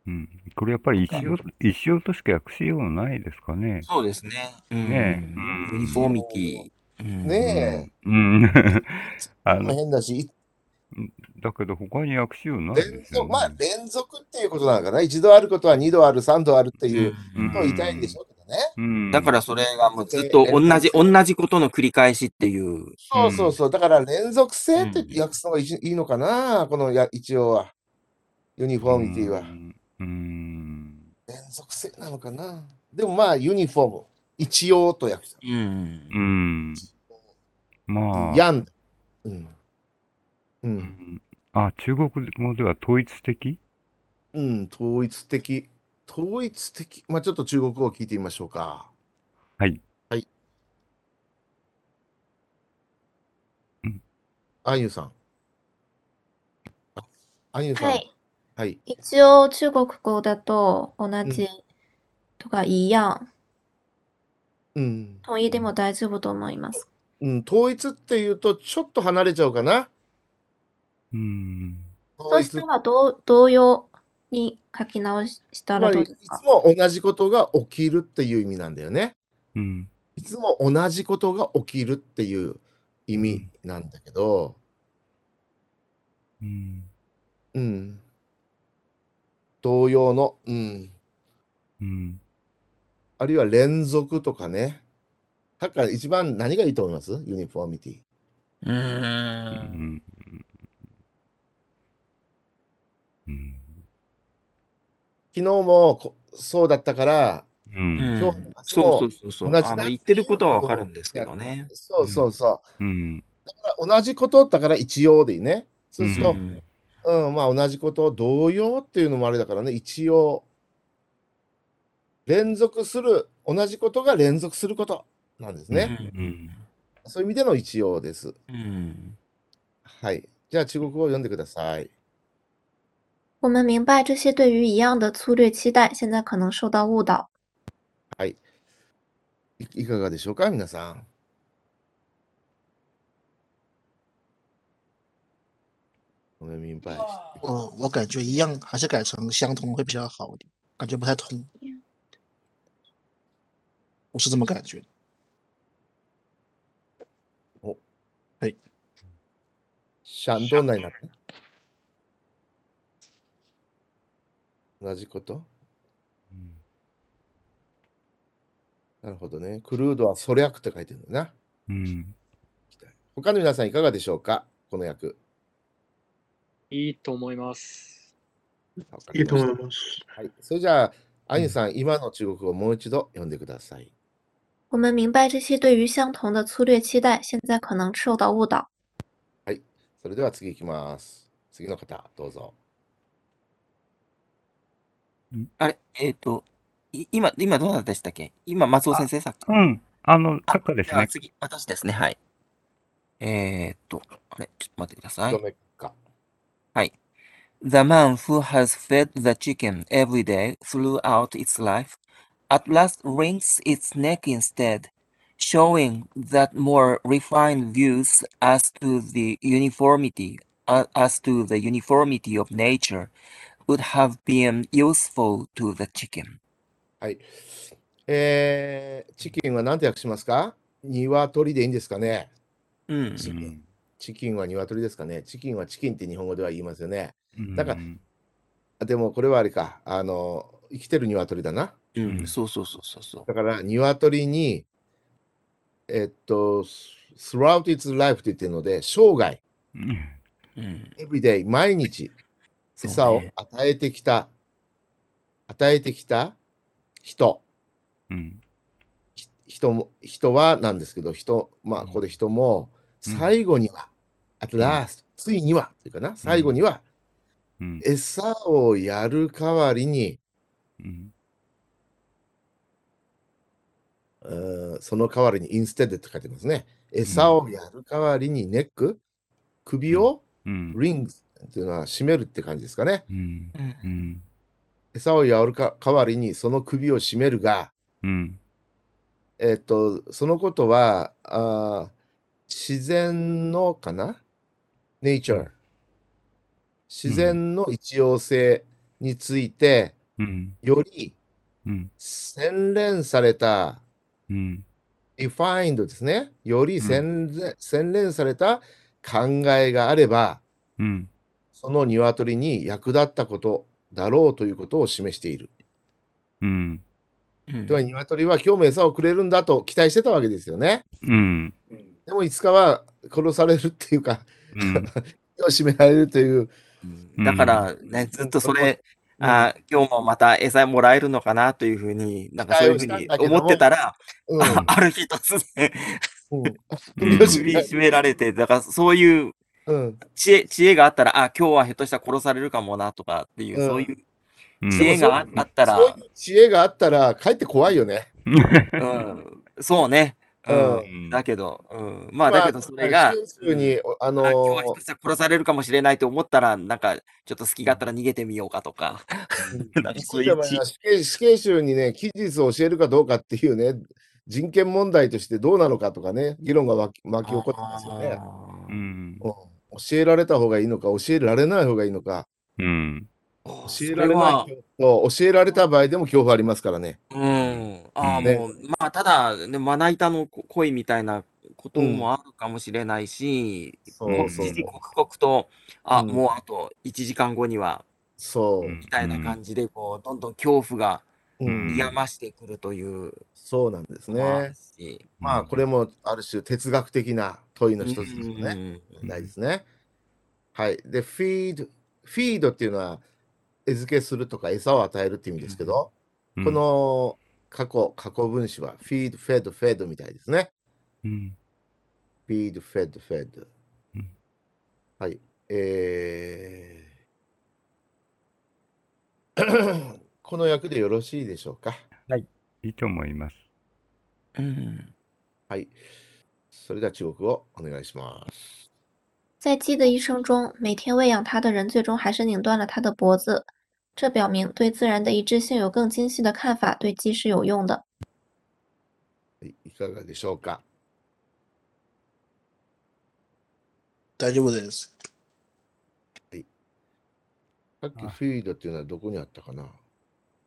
[SPEAKER 3] うん、これやっぱり一応一応としか訳しようないですかね。
[SPEAKER 5] そうですね。うん
[SPEAKER 3] ねえ
[SPEAKER 5] ユニフォーミティ。うん
[SPEAKER 1] ね
[SPEAKER 3] うん、 あ
[SPEAKER 1] え、
[SPEAKER 3] の
[SPEAKER 1] 変だし、い
[SPEAKER 3] だけど他に訳しようない
[SPEAKER 1] 連
[SPEAKER 3] ですよ、
[SPEAKER 1] 続、
[SPEAKER 3] ね。
[SPEAKER 1] まあ連続っていうことなのかな。一度あることは二度ある、三度あるっていう
[SPEAKER 5] う
[SPEAKER 1] ことを言いたいんでしょうけどね。
[SPEAKER 3] うん、
[SPEAKER 5] だからそれがもうずっと同じ、同じことの繰り返しっていう。
[SPEAKER 1] そうそうそう。だから連続性って
[SPEAKER 5] うん
[SPEAKER 1] 訳すのがいいいいのかな、このや一応は。ユニフォーミティは
[SPEAKER 3] う。んうん
[SPEAKER 1] 連続性なのかなでもまあ、ユニフォーム。一応と訳し
[SPEAKER 5] うん
[SPEAKER 3] うんま
[SPEAKER 1] た。
[SPEAKER 3] あ
[SPEAKER 1] やん。うん。う。
[SPEAKER 3] うんんあ中国語では統一的
[SPEAKER 1] うん、統一的。統一的。まあ、ちょっと中国語を聞いてみましょうか。
[SPEAKER 3] はい。
[SPEAKER 1] はい
[SPEAKER 3] うん。
[SPEAKER 1] あんゆさん。ああんゆさん。
[SPEAKER 2] はい。
[SPEAKER 1] はい。
[SPEAKER 2] 一応中国語だと同じとか一样、
[SPEAKER 1] うん。
[SPEAKER 2] 統一でも大丈夫と思います。
[SPEAKER 1] うん、統一っていうと、ちょっと離れちゃうかな。
[SPEAKER 3] うん
[SPEAKER 2] そ
[SPEAKER 1] 統
[SPEAKER 2] し
[SPEAKER 1] 一
[SPEAKER 2] た。ら同同様に書き直しした
[SPEAKER 1] つ
[SPEAKER 2] ら
[SPEAKER 1] まり、
[SPEAKER 2] どう
[SPEAKER 1] い
[SPEAKER 2] です
[SPEAKER 1] つ
[SPEAKER 2] か
[SPEAKER 1] も同じことが起きるっていう意味なんだよね。
[SPEAKER 3] うん
[SPEAKER 1] いつも同じことが起きるっていう意味なんだけど、
[SPEAKER 3] うん
[SPEAKER 1] うん。同様の、うん。
[SPEAKER 3] うん
[SPEAKER 1] あるいは連続とかね。だから一番何がいいと思いますユニフォーミティ。
[SPEAKER 5] う。
[SPEAKER 3] うんんうん
[SPEAKER 1] 昨日もこそうだったから、
[SPEAKER 3] う
[SPEAKER 1] 今
[SPEAKER 3] ん
[SPEAKER 1] 日
[SPEAKER 5] うん
[SPEAKER 1] も明日
[SPEAKER 5] そう
[SPEAKER 1] も
[SPEAKER 5] そうそうそう。
[SPEAKER 1] 同じだ
[SPEAKER 5] あの言ってることはわかるんですけどね。
[SPEAKER 1] そうそうそう。
[SPEAKER 3] うん
[SPEAKER 1] だから同じことだから一様でいいね。そうする
[SPEAKER 5] う
[SPEAKER 1] と、
[SPEAKER 5] ん
[SPEAKER 1] うん、まあ同じことを同様っていうのもあれだからね、一応、連続する、同じことが連続することなんですね。
[SPEAKER 5] うん
[SPEAKER 1] そういう意味での一応です。
[SPEAKER 5] うん
[SPEAKER 1] はい。じゃあ中国語を読んでください。
[SPEAKER 2] 我们明白这些对于一样的粗略期待，现在可能受到误导。
[SPEAKER 1] いいかがでしょうか、皆さん。我们明白。
[SPEAKER 9] 我我感觉一样，还是改成相同会比较好一点，感觉不太通。我是这么感觉的。
[SPEAKER 1] シャンどんなになった同じことなるほどね。クルードはそれ役って書いてるんだな。
[SPEAKER 3] うん。
[SPEAKER 1] 他の皆さんいかがでしょうかこの役。
[SPEAKER 10] いいと思います。
[SPEAKER 1] わか
[SPEAKER 7] いい
[SPEAKER 1] り
[SPEAKER 7] と
[SPEAKER 1] まし
[SPEAKER 7] 思
[SPEAKER 1] た
[SPEAKER 7] います。
[SPEAKER 1] はい。それじゃあ、アインさん、今の中国語をもう一度読んでください。
[SPEAKER 2] 我们明白这些对于相同的粗略期待，现在可能受到误导。
[SPEAKER 1] それでは次行きます。次の方、どうぞ。
[SPEAKER 5] あれ、えっ、と、い今、今どうなんでしたっけ今、松尾先生さっき。
[SPEAKER 3] うん。あの、サッカーです
[SPEAKER 5] じゃあ
[SPEAKER 3] ね。
[SPEAKER 5] 次、私ですね。はい。えーっと、あれ、ちょっと待ってください
[SPEAKER 1] 一。目か。
[SPEAKER 5] The man who has fed the chicken every day throughout its life at last wrings its neck instead, showing that more refined views as to the uniformity uh, as to the uniformity of nature would have been useful to the chicken.
[SPEAKER 1] はい。えー、チキンは何て訳しますか鶏でいいんですかね
[SPEAKER 5] うん。
[SPEAKER 1] チキン。チキンは鶏ですかねチキンはチキンって日本語では言いますよね。
[SPEAKER 3] うん。
[SPEAKER 1] なんかあでもこれはあれか。あの、生きてる鶏だな。
[SPEAKER 5] う
[SPEAKER 3] うん
[SPEAKER 5] ん、そうそうそうそうそう。
[SPEAKER 1] だから、鶏に、えっと、throughout its life って言ってるので、生涯、
[SPEAKER 3] うん。
[SPEAKER 5] うん。
[SPEAKER 1] everyday、毎日、
[SPEAKER 5] そうね
[SPEAKER 1] 餌を与えてきた、与えてきた人、
[SPEAKER 3] うん。
[SPEAKER 1] ひ人も、人はなんですけど、人、まあ、
[SPEAKER 5] うん
[SPEAKER 1] ここで人も、
[SPEAKER 3] うん
[SPEAKER 1] 最後には、at last、ついには、というかな、最後には、
[SPEAKER 3] うん。
[SPEAKER 1] 餌をやる代わりに、
[SPEAKER 3] うん。
[SPEAKER 1] うーその代わりに instead って書いてますね。餌をやる代わりにネック、首を
[SPEAKER 3] うん。
[SPEAKER 1] リングっていうのは締めるって感じですかね。
[SPEAKER 3] うん。
[SPEAKER 5] うん
[SPEAKER 3] うん。
[SPEAKER 1] 餌をやるか代わりにその首を締めるが、
[SPEAKER 3] うん。
[SPEAKER 1] えっと、そのことは、あー自然のかな ?nature。自然の一様性について、
[SPEAKER 3] うん。
[SPEAKER 1] より
[SPEAKER 3] うん。
[SPEAKER 1] 洗練された
[SPEAKER 3] うん。
[SPEAKER 1] refined ですね。より洗練,、洗練された考えがあれば、
[SPEAKER 3] うん。
[SPEAKER 1] その鶏に役立ったことだろうということを示している。
[SPEAKER 3] うん。
[SPEAKER 5] うん
[SPEAKER 1] では、鶏は今日も餌をくれるんだと期待してたわけですよね。
[SPEAKER 3] うん。
[SPEAKER 1] でも、いつかは殺されるっていうか、
[SPEAKER 3] うん。
[SPEAKER 1] 手を締められるという、
[SPEAKER 3] うん
[SPEAKER 5] だから、ね、ずっとそれ、
[SPEAKER 1] うん
[SPEAKER 5] あー今日もまた餌もらえるのかなというふうに、なんかそういうふ
[SPEAKER 1] 期
[SPEAKER 5] う
[SPEAKER 1] 待をし
[SPEAKER 5] に
[SPEAKER 1] たんだけども
[SPEAKER 5] 思ってたら、
[SPEAKER 1] うん
[SPEAKER 5] あ ある日突然、
[SPEAKER 1] うん
[SPEAKER 3] うん
[SPEAKER 1] 首を絞め
[SPEAKER 5] 首
[SPEAKER 1] られる
[SPEAKER 5] 絞められて、だからそういう
[SPEAKER 1] うん
[SPEAKER 5] 知恵知恵があったら、あ今日はひょっとしたら殺されるかもなとかっていう、
[SPEAKER 1] うん
[SPEAKER 5] そういう
[SPEAKER 3] うん
[SPEAKER 5] 知恵がああったら、
[SPEAKER 1] そういう知恵があったら、かえって怖いよね。
[SPEAKER 5] うん、そうね、う。
[SPEAKER 1] うん
[SPEAKER 3] ん
[SPEAKER 5] だけど、うん、まあだけどそれが、
[SPEAKER 1] 九州に、あ
[SPEAKER 5] あ今日
[SPEAKER 1] の
[SPEAKER 5] はひょっとしたら殺されるかもしれないと思ったら、なんかちょっと隙があったら逃げてみようかとか、 なんかそういう知
[SPEAKER 1] 死刑死刑囚にね、期日を教えるかどうかっていうね、人権問題としてどうなのかとかね、議論がわき巻き起こってますよね。
[SPEAKER 5] あ
[SPEAKER 3] う
[SPEAKER 5] ー
[SPEAKER 3] ん
[SPEAKER 1] うん教えられた方がいいのか、教えられない方がいいのか、
[SPEAKER 3] うん。
[SPEAKER 5] あー
[SPEAKER 1] 教え
[SPEAKER 5] そ
[SPEAKER 1] ら
[SPEAKER 5] れ
[SPEAKER 1] れ
[SPEAKER 5] は
[SPEAKER 1] ないと教えられた場合でも恐怖ありますからね。
[SPEAKER 5] うん、ああ、
[SPEAKER 3] ね
[SPEAKER 5] もう、まあ、ただ、ね、まな板のこ恋みたいなこと
[SPEAKER 1] うん
[SPEAKER 5] もあるかもしれないし、
[SPEAKER 1] そう
[SPEAKER 5] こ
[SPEAKER 1] そう
[SPEAKER 5] 一時刻々と、あ、
[SPEAKER 1] うん
[SPEAKER 5] もうあと1時間後には、
[SPEAKER 1] そうう、
[SPEAKER 3] ん
[SPEAKER 5] みたいな感じで、こう、どんどん恐怖が
[SPEAKER 1] うん
[SPEAKER 3] うん
[SPEAKER 5] やましてくるという
[SPEAKER 1] そうなんです
[SPEAKER 5] のもある
[SPEAKER 1] ね。
[SPEAKER 5] し、
[SPEAKER 1] まあこれもある種哲学的な問いの一つですよ
[SPEAKER 5] う
[SPEAKER 1] ね。
[SPEAKER 5] ん
[SPEAKER 1] 問題ですね。はい。で、フィード、フィードっていうのは餌付けするとか餌を与えるって意味ですけど、
[SPEAKER 3] うん
[SPEAKER 1] こ、の過去、過去分詞は feed, fed, fed みたいですね。
[SPEAKER 3] うん。
[SPEAKER 1] feed, fed, fed
[SPEAKER 3] うん。
[SPEAKER 1] はい。え ーこの訳でよろしいでしょうか。
[SPEAKER 3] いいと思います。
[SPEAKER 5] 嗯，
[SPEAKER 1] はい。それでは中国語お願いします。
[SPEAKER 2] 在鸡的一生中，每天喂养它的人最终还是拧断了它的脖子。这表明对自然的一致性有更精细的看法，对鸡是有用的。
[SPEAKER 1] はい、いかがでしょうか
[SPEAKER 9] 大丈夫です。
[SPEAKER 1] さっき
[SPEAKER 3] あ
[SPEAKER 1] フィードっていうのはどこにあったかなこ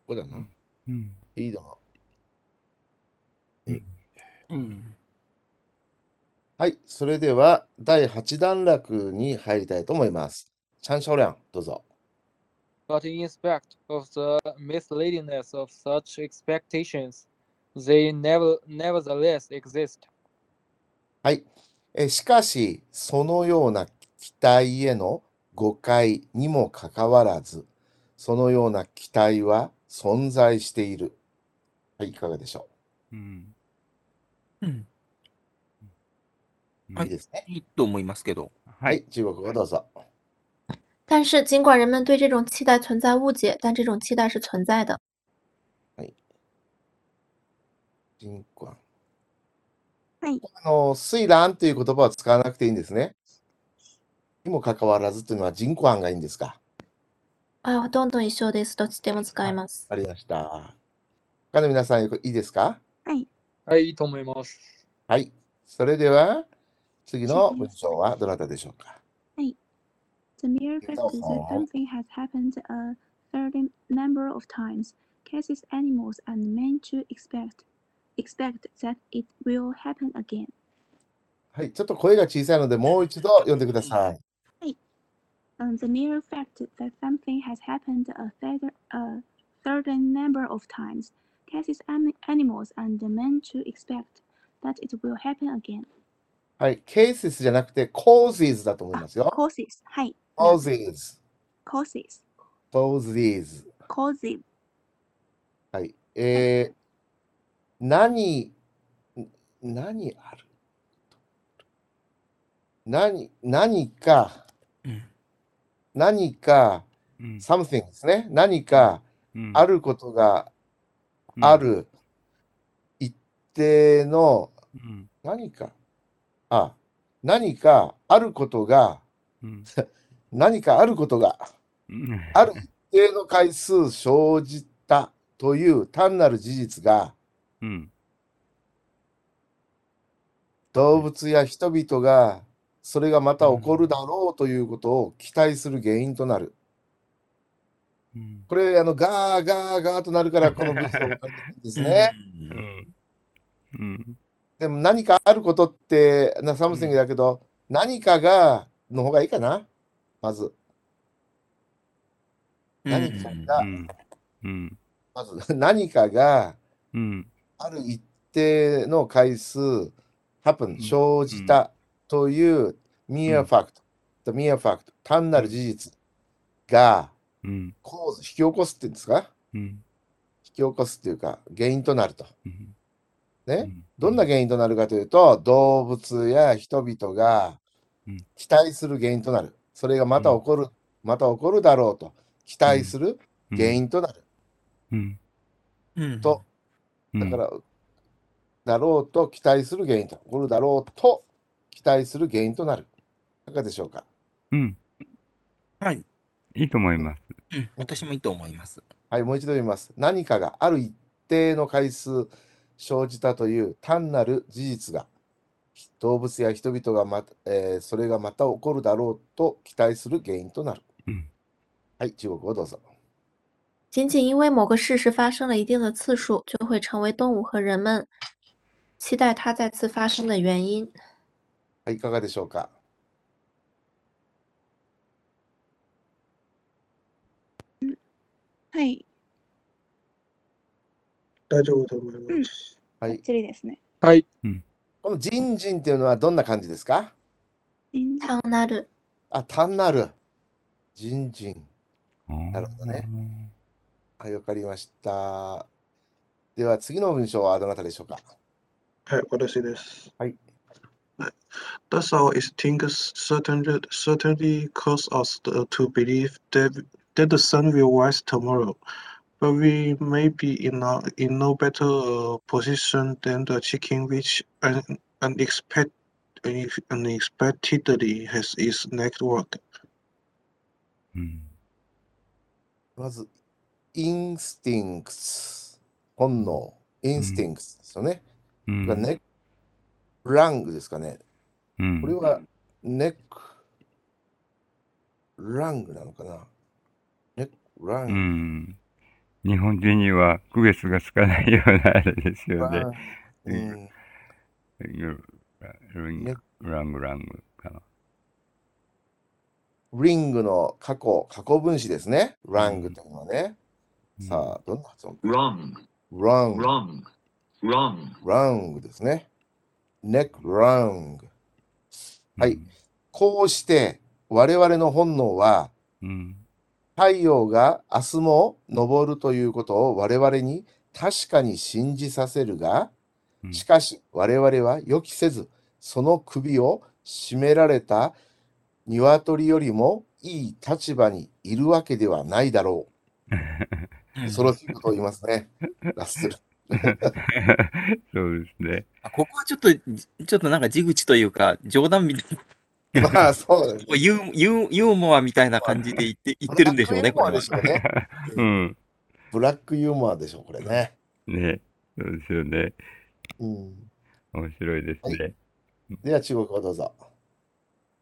[SPEAKER 1] こだな。
[SPEAKER 3] う
[SPEAKER 1] フ
[SPEAKER 3] んうん。
[SPEAKER 1] ィードの。
[SPEAKER 5] 嗯，
[SPEAKER 1] はい。それでは、第8段落に入りたいと思います。チャンシャオリャン、どうぞ。
[SPEAKER 10] But in spite of the misleadingness of such expectations, they never, nevertheless exist.
[SPEAKER 1] はい。えしかし、そのような期待への誤解にもかかわらず、そのような期待は存在している。はい、いかがでしょ
[SPEAKER 3] うん。
[SPEAKER 5] 嗯
[SPEAKER 1] う
[SPEAKER 5] はい
[SPEAKER 1] いいですね。
[SPEAKER 5] いいと思いますけど。
[SPEAKER 1] は
[SPEAKER 3] はい
[SPEAKER 1] い、。中国語どうぞ。
[SPEAKER 2] 但是，尽管人们对这种期待存在误解，但这种期待是存在的。
[SPEAKER 1] 人口案
[SPEAKER 6] はい。
[SPEAKER 1] あの、水卵という言葉は使わなくていいんですね。にもかかわらずというのは人口案がいいんですか
[SPEAKER 2] あ、ほとんど一緒です。どっちでも使えます。
[SPEAKER 1] わかりました。他の皆さん、いいですか
[SPEAKER 6] はい。
[SPEAKER 10] はい、いいと思います。
[SPEAKER 1] はい。それでは、次の
[SPEAKER 6] 次
[SPEAKER 1] 文章はどなたでしょうか
[SPEAKER 6] The mere fact
[SPEAKER 1] Result
[SPEAKER 6] that
[SPEAKER 1] form.
[SPEAKER 6] something has happened a certain number of times causes animals and men to expect expect that it will happen again.
[SPEAKER 1] はい、ちょっと声が小さいので、もう一度読んでください。
[SPEAKER 6] Um, the mere fact that something has happened a, feather, a certain number of times causes ani- animals and men to expect that it will happen again.
[SPEAKER 1] はい、cases じゃなくて causes だと思いますよ。
[SPEAKER 6] Causes. はい。
[SPEAKER 1] causes,
[SPEAKER 6] Causes.
[SPEAKER 1] causes。
[SPEAKER 6] Causes.
[SPEAKER 1] はい。えー、何、ん何ある何、何か、
[SPEAKER 5] 嗯
[SPEAKER 1] 何か、
[SPEAKER 3] うん。
[SPEAKER 1] something ですね。何か、
[SPEAKER 3] うん
[SPEAKER 1] あることがあ。る、一定の、
[SPEAKER 3] うん。
[SPEAKER 1] 何か、あ、何か、あることが、
[SPEAKER 3] うん。
[SPEAKER 1] 何かあることが、
[SPEAKER 3] うん
[SPEAKER 1] ある一定の回数生じたという単なる事実が
[SPEAKER 3] うん。
[SPEAKER 1] 動物や人々がそれがまた起こるだろうということを期待する原因となる。
[SPEAKER 3] うん。
[SPEAKER 1] これあのガーガーガーとなるからこの文章が書いてあるんですね。
[SPEAKER 3] 嗯うん。
[SPEAKER 1] でも何かあることってなサムセングだけど、何かがの方がいいかなまず
[SPEAKER 5] 嗯
[SPEAKER 1] 何か
[SPEAKER 5] 嗯
[SPEAKER 1] が
[SPEAKER 3] うん。うん。
[SPEAKER 1] まず何かが
[SPEAKER 3] うん。
[SPEAKER 1] ある一定の回数、happen、
[SPEAKER 3] ん
[SPEAKER 1] 生じたという、
[SPEAKER 3] う
[SPEAKER 1] mere
[SPEAKER 3] ん
[SPEAKER 1] fact、the mere fact、単なる事実が、
[SPEAKER 3] うん。
[SPEAKER 1] cause、引き起こすっていうんですか
[SPEAKER 3] うん。
[SPEAKER 1] 引き起こすっていうか、原因となると。
[SPEAKER 3] うん。う
[SPEAKER 1] ね。
[SPEAKER 3] ん
[SPEAKER 1] どんな原因となるかというと、動物や人々が
[SPEAKER 3] うん
[SPEAKER 1] 期待する原因となる。それがまた起こる、また起こるだろうと、期待する原因となる。
[SPEAKER 3] うん。
[SPEAKER 5] 嗯
[SPEAKER 1] とだから、だろうと期待する原因と、起こるだろうと期待する原因となる。いかがでしょうか
[SPEAKER 3] うん。
[SPEAKER 5] はい。
[SPEAKER 3] いいと思います。
[SPEAKER 5] うん私もいいと思います。
[SPEAKER 1] はい、もう一度読みます。何かがある一定の回数生じたという単なる事実が、動物や人々がまた、えーそれがまた起こるだろうと期待する原因となる。
[SPEAKER 3] うん。
[SPEAKER 1] はい、中国語どうぞ。
[SPEAKER 2] 仅仅因为某个事实发生了一定的次数，就会成为动物和人们期待它再次发生的原因。
[SPEAKER 1] はい、いかがでしょうか
[SPEAKER 6] はい。
[SPEAKER 7] 大丈夫と思います。
[SPEAKER 1] はい、
[SPEAKER 6] チリですね。
[SPEAKER 10] はい、
[SPEAKER 1] この人ンジンっていうのはどんな感じですか
[SPEAKER 6] 人事
[SPEAKER 2] 単なる
[SPEAKER 1] あ、単なる。人ン
[SPEAKER 3] な
[SPEAKER 1] るほどね。はい、わかりました。では次の文章はどなたでしょうか
[SPEAKER 7] はい、私です。
[SPEAKER 1] はい。
[SPEAKER 7] Thus our extinguished certainty, certainty causes us to believe that, that the sun will rise tomorrow. but we may be in, a, in no better uh, position than the chicken which un, unexpect, unexpectedly has its network.
[SPEAKER 3] うん。
[SPEAKER 1] まず、インスティンクス、本能、インスティンクスですよね。
[SPEAKER 3] うん。
[SPEAKER 1] がネック、ラングですかね。
[SPEAKER 3] うん。
[SPEAKER 1] これはネック、ラングなのかな。ネック、ラン
[SPEAKER 3] う
[SPEAKER 1] グ。
[SPEAKER 3] ん。日本人には区別がつかないようなあれですよね。
[SPEAKER 1] ラングうん
[SPEAKER 3] ルン
[SPEAKER 1] ね
[SPEAKER 3] ラングラングかな。
[SPEAKER 1] リングの過去、過去分詞ですね。ラングっていうのはね。さあ、どんな発音
[SPEAKER 11] wrong,
[SPEAKER 1] ラン
[SPEAKER 11] wrong,
[SPEAKER 1] グ、
[SPEAKER 11] wrong,
[SPEAKER 1] ラングですね。ネック、ラング。
[SPEAKER 3] うん
[SPEAKER 1] はい。こうして、我々の本能は、
[SPEAKER 3] うん。
[SPEAKER 1] 太陽が明日も昇るということを我々に確かに信じさせるが
[SPEAKER 3] う、ん
[SPEAKER 1] しかし我々は予期せず、その首を絞められた鶏よりもいい立場にいるわけではないだろう。恐ろしいことを言います ね。ラッセル。
[SPEAKER 3] そうですね。
[SPEAKER 5] あここはちょっと、ちょっとなんか地口というか、冗談みたいな、
[SPEAKER 1] まあそうなんです。
[SPEAKER 5] こうユーユーユーモアみたいな感じで言って言ってるんでしょうね、
[SPEAKER 1] ブ
[SPEAKER 5] こ
[SPEAKER 1] ラ
[SPEAKER 5] れ
[SPEAKER 1] ックユーモアで
[SPEAKER 5] は。
[SPEAKER 1] しょうね。
[SPEAKER 3] うん。
[SPEAKER 1] ブラックユーモアでしょう、これね。
[SPEAKER 3] ね。そうですよね。
[SPEAKER 1] うん、
[SPEAKER 3] 面白いですね。
[SPEAKER 1] では中国語どうぞ。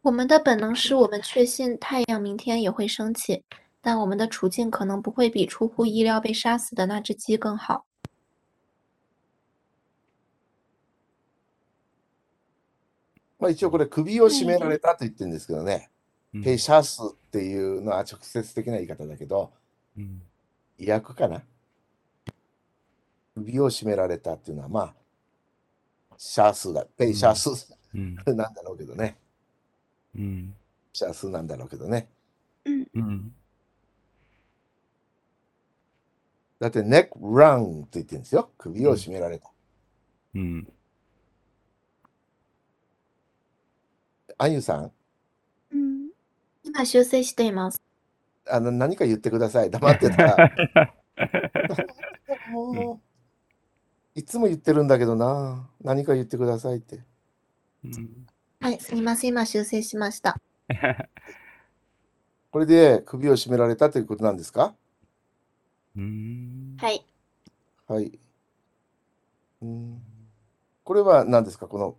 [SPEAKER 2] 我们的本能使我们确信太阳明天也会升起，但我们的处境可能不会比出乎意料被杀死的那只鸡更好。
[SPEAKER 1] まあ一応これ首を絞められたと言ってるんですけどね。
[SPEAKER 3] うん
[SPEAKER 1] ペシャスっていうのは直接的な言い方だけど、
[SPEAKER 3] うん
[SPEAKER 1] 意訳かな。首を絞められたっていうのは、まあ、シャスだ。ペシャス
[SPEAKER 3] うん。
[SPEAKER 1] なんだろうけどね。
[SPEAKER 3] うん。
[SPEAKER 1] シャスなんだろうけどね。
[SPEAKER 3] うん。
[SPEAKER 1] だって、ネックランって言ってるんですよ。首を絞められた。
[SPEAKER 3] うん。
[SPEAKER 1] あゆさん、
[SPEAKER 6] うん。
[SPEAKER 2] 今修正しています。
[SPEAKER 1] あの何か言ってください。黙ってた ら。もう、いつも言ってるんだけどな。何か言ってくださいって。
[SPEAKER 3] うん
[SPEAKER 2] はい、すみません、哎今修正しました。
[SPEAKER 1] これで首を絞められたということなんですか
[SPEAKER 3] うん
[SPEAKER 2] はい、
[SPEAKER 1] はい。うん、これは何ですかこの、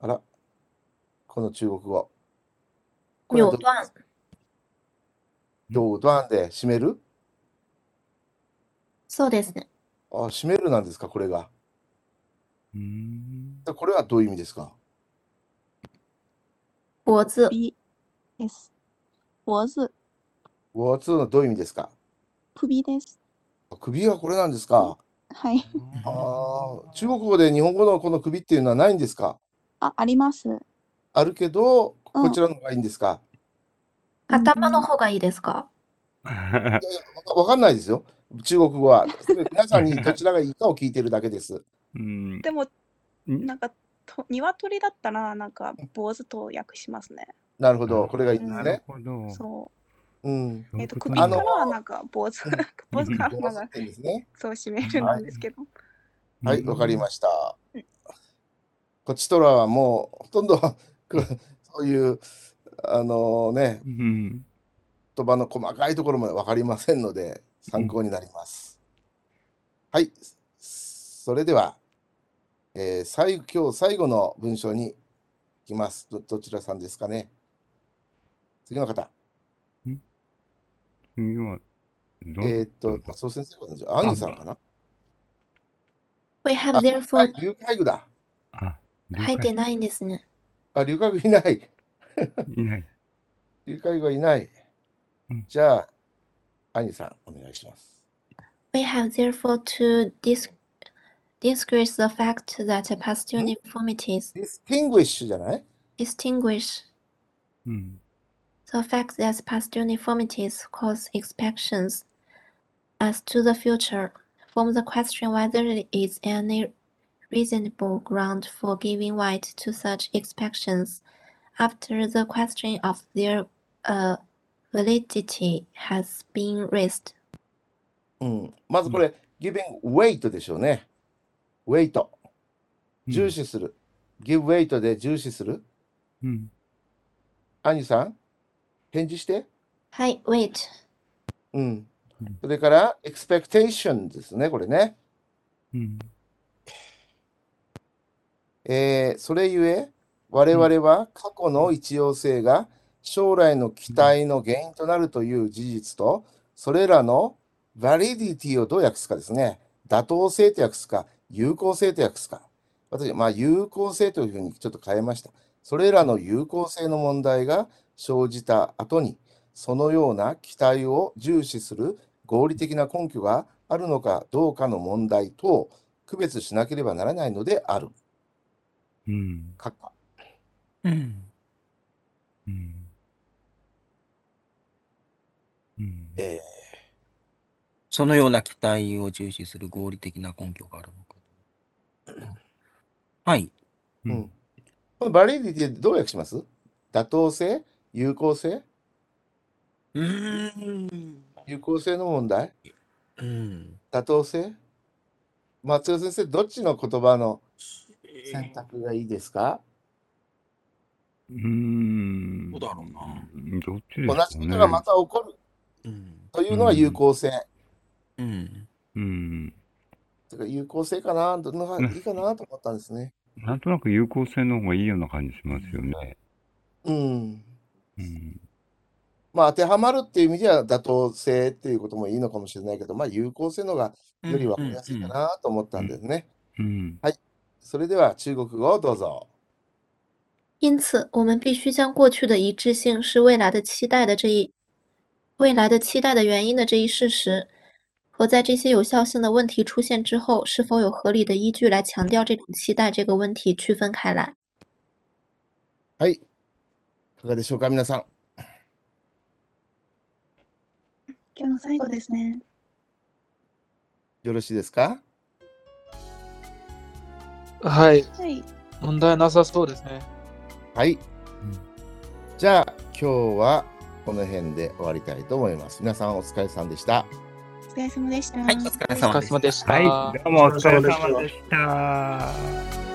[SPEAKER 1] あら、この中国語。これは
[SPEAKER 2] 扭
[SPEAKER 1] ど
[SPEAKER 2] 断、
[SPEAKER 1] 両端で締める
[SPEAKER 2] そうですね。
[SPEAKER 1] あ、締めるなんですかこれが。
[SPEAKER 3] うん
[SPEAKER 1] でこれはどういう意味ですか
[SPEAKER 2] 脖子
[SPEAKER 6] B S 脖子
[SPEAKER 1] ワーツーのどういう意味ですか
[SPEAKER 6] 首です。
[SPEAKER 1] 首はこれなんですか
[SPEAKER 6] はい。
[SPEAKER 1] あー中国語で日本語のこの首っていうのはないんですか
[SPEAKER 6] あ、あります。
[SPEAKER 1] あるけど、
[SPEAKER 6] うん
[SPEAKER 1] こちらの方がいいんですか
[SPEAKER 2] 頭の方がいいですか
[SPEAKER 1] いやいやわわかんないですよ。中国語は。それ皆さんにどちらがいいかを聞いてるだけです。
[SPEAKER 3] うん
[SPEAKER 12] でも
[SPEAKER 3] うん
[SPEAKER 12] なんかと鶏だったらなんか坊主と訳しますね。
[SPEAKER 1] なるほど。これがいいんです
[SPEAKER 3] なる
[SPEAKER 1] ね。
[SPEAKER 3] ほど。
[SPEAKER 12] そ
[SPEAKER 1] うん。
[SPEAKER 12] う。えっ、と
[SPEAKER 3] そう
[SPEAKER 12] 首
[SPEAKER 3] いう
[SPEAKER 12] か
[SPEAKER 3] こ
[SPEAKER 12] ら
[SPEAKER 3] と
[SPEAKER 12] はなんか坊主、坊主から
[SPEAKER 1] 合
[SPEAKER 12] な
[SPEAKER 1] わせ
[SPEAKER 12] んか
[SPEAKER 1] てんですね。
[SPEAKER 12] そう締めるなんですけど。
[SPEAKER 3] な
[SPEAKER 1] はい、わかりま
[SPEAKER 3] し
[SPEAKER 1] した
[SPEAKER 12] うん。
[SPEAKER 1] こっちとらはもうほとんど そういうあのね
[SPEAKER 3] た。うん。
[SPEAKER 1] 言葉の細かいところまでわかりませんので参考になります。はい、それでは、えー最後今日最後の文章に行きます。どどちらさんですかね。次の方、
[SPEAKER 3] 次は、ど
[SPEAKER 1] えーっと松尾先生なんですよ。アンジュさんかな。あ
[SPEAKER 2] ？We have therefore
[SPEAKER 1] 竜海具だ。
[SPEAKER 3] あ、了
[SPEAKER 2] 入
[SPEAKER 3] 解
[SPEAKER 2] ってないんですね。
[SPEAKER 1] あ竜海具いない。
[SPEAKER 3] いない。
[SPEAKER 1] 竜海具はいない
[SPEAKER 3] うん。
[SPEAKER 1] じゃあアンジュさんお願いします。
[SPEAKER 2] We have therefore to dis disgrace the fact that past uniformities
[SPEAKER 1] Distinguish じゃない
[SPEAKER 2] distinguish
[SPEAKER 3] うん。
[SPEAKER 2] the fact that past uniformities cause expectations as to the future form the question whether there is any reasonable ground for giving weight to such expectations after the question of their uh, validity has been raised.
[SPEAKER 1] うん、まずこれ、giving weight でしょうね。weight。重視する。give weight で重視する。
[SPEAKER 3] うん。
[SPEAKER 1] アニさん、返事して。
[SPEAKER 2] はい、wait。
[SPEAKER 1] うん。それから、expectation ですね、これね。
[SPEAKER 3] うん。
[SPEAKER 1] えーそれゆえ、我々は過去の一様性が将来の期待の原因となるという事実と、それらの validity をどう訳すかですね。妥当性と訳すか、有効性と訳すか。私、まあ、有効性というふうにちょっと変えました。それらの有効性の問題が生じた後に、そのような期待を重視する合理的な根拠があるのかどうかの問題とを区別しなければならないのである。
[SPEAKER 3] うん。
[SPEAKER 1] かっこ
[SPEAKER 5] うん。
[SPEAKER 3] うん。うん。
[SPEAKER 1] え
[SPEAKER 5] そのような期待を重視する合理的な根拠があるのか。はい。
[SPEAKER 1] ーうん。このバリディティどう訳します妥当性有効性
[SPEAKER 5] うーん。
[SPEAKER 1] 有効性の問題
[SPEAKER 5] うん。
[SPEAKER 1] 妥当性松尾先生、どっちの言葉の選択がいいですか
[SPEAKER 3] うーん。
[SPEAKER 5] どうだろうな。
[SPEAKER 3] どっちで
[SPEAKER 1] 同
[SPEAKER 3] すかね。
[SPEAKER 1] じことがまた起こる
[SPEAKER 5] うん。
[SPEAKER 1] というのは有効性。
[SPEAKER 5] うん。
[SPEAKER 3] うん。
[SPEAKER 1] てか有効性かなどのがいいかなと思ったんですね。
[SPEAKER 3] なんとなく有効性の方がいいような感じしますよね。
[SPEAKER 1] うん。
[SPEAKER 3] うん。
[SPEAKER 1] まあ当てはまるっていう意味では妥当性っていうこともいいのかもしれないけど、まあ有効性のがより分かりやすいかなと思ったんですね。
[SPEAKER 3] うん。
[SPEAKER 1] それでは中国語をどうぞ。
[SPEAKER 2] 因此，我们必须将过去的一致性是未来的期待的这一未来的期待的原因的这一事实，和在这些有效性的问题出现之后，是否有合理的依据来强调这种期待这个问题区分开来。
[SPEAKER 1] はい。いかがでしょうか、皆さん。
[SPEAKER 12] 今日の最後ですね。
[SPEAKER 1] よろしいですか
[SPEAKER 10] はい。
[SPEAKER 12] はい。
[SPEAKER 10] 問題なさそうですね。
[SPEAKER 1] はい。じゃあ今日はこの辺で終わりたいと思います。皆さんお疲れさんでした。
[SPEAKER 12] お疲れ様でした。
[SPEAKER 5] はい、お疲れ
[SPEAKER 10] お疲
[SPEAKER 5] 様
[SPEAKER 10] れ
[SPEAKER 5] で
[SPEAKER 10] 様。で
[SPEAKER 5] す
[SPEAKER 10] した。
[SPEAKER 3] はい、どうもお疲れ様でした。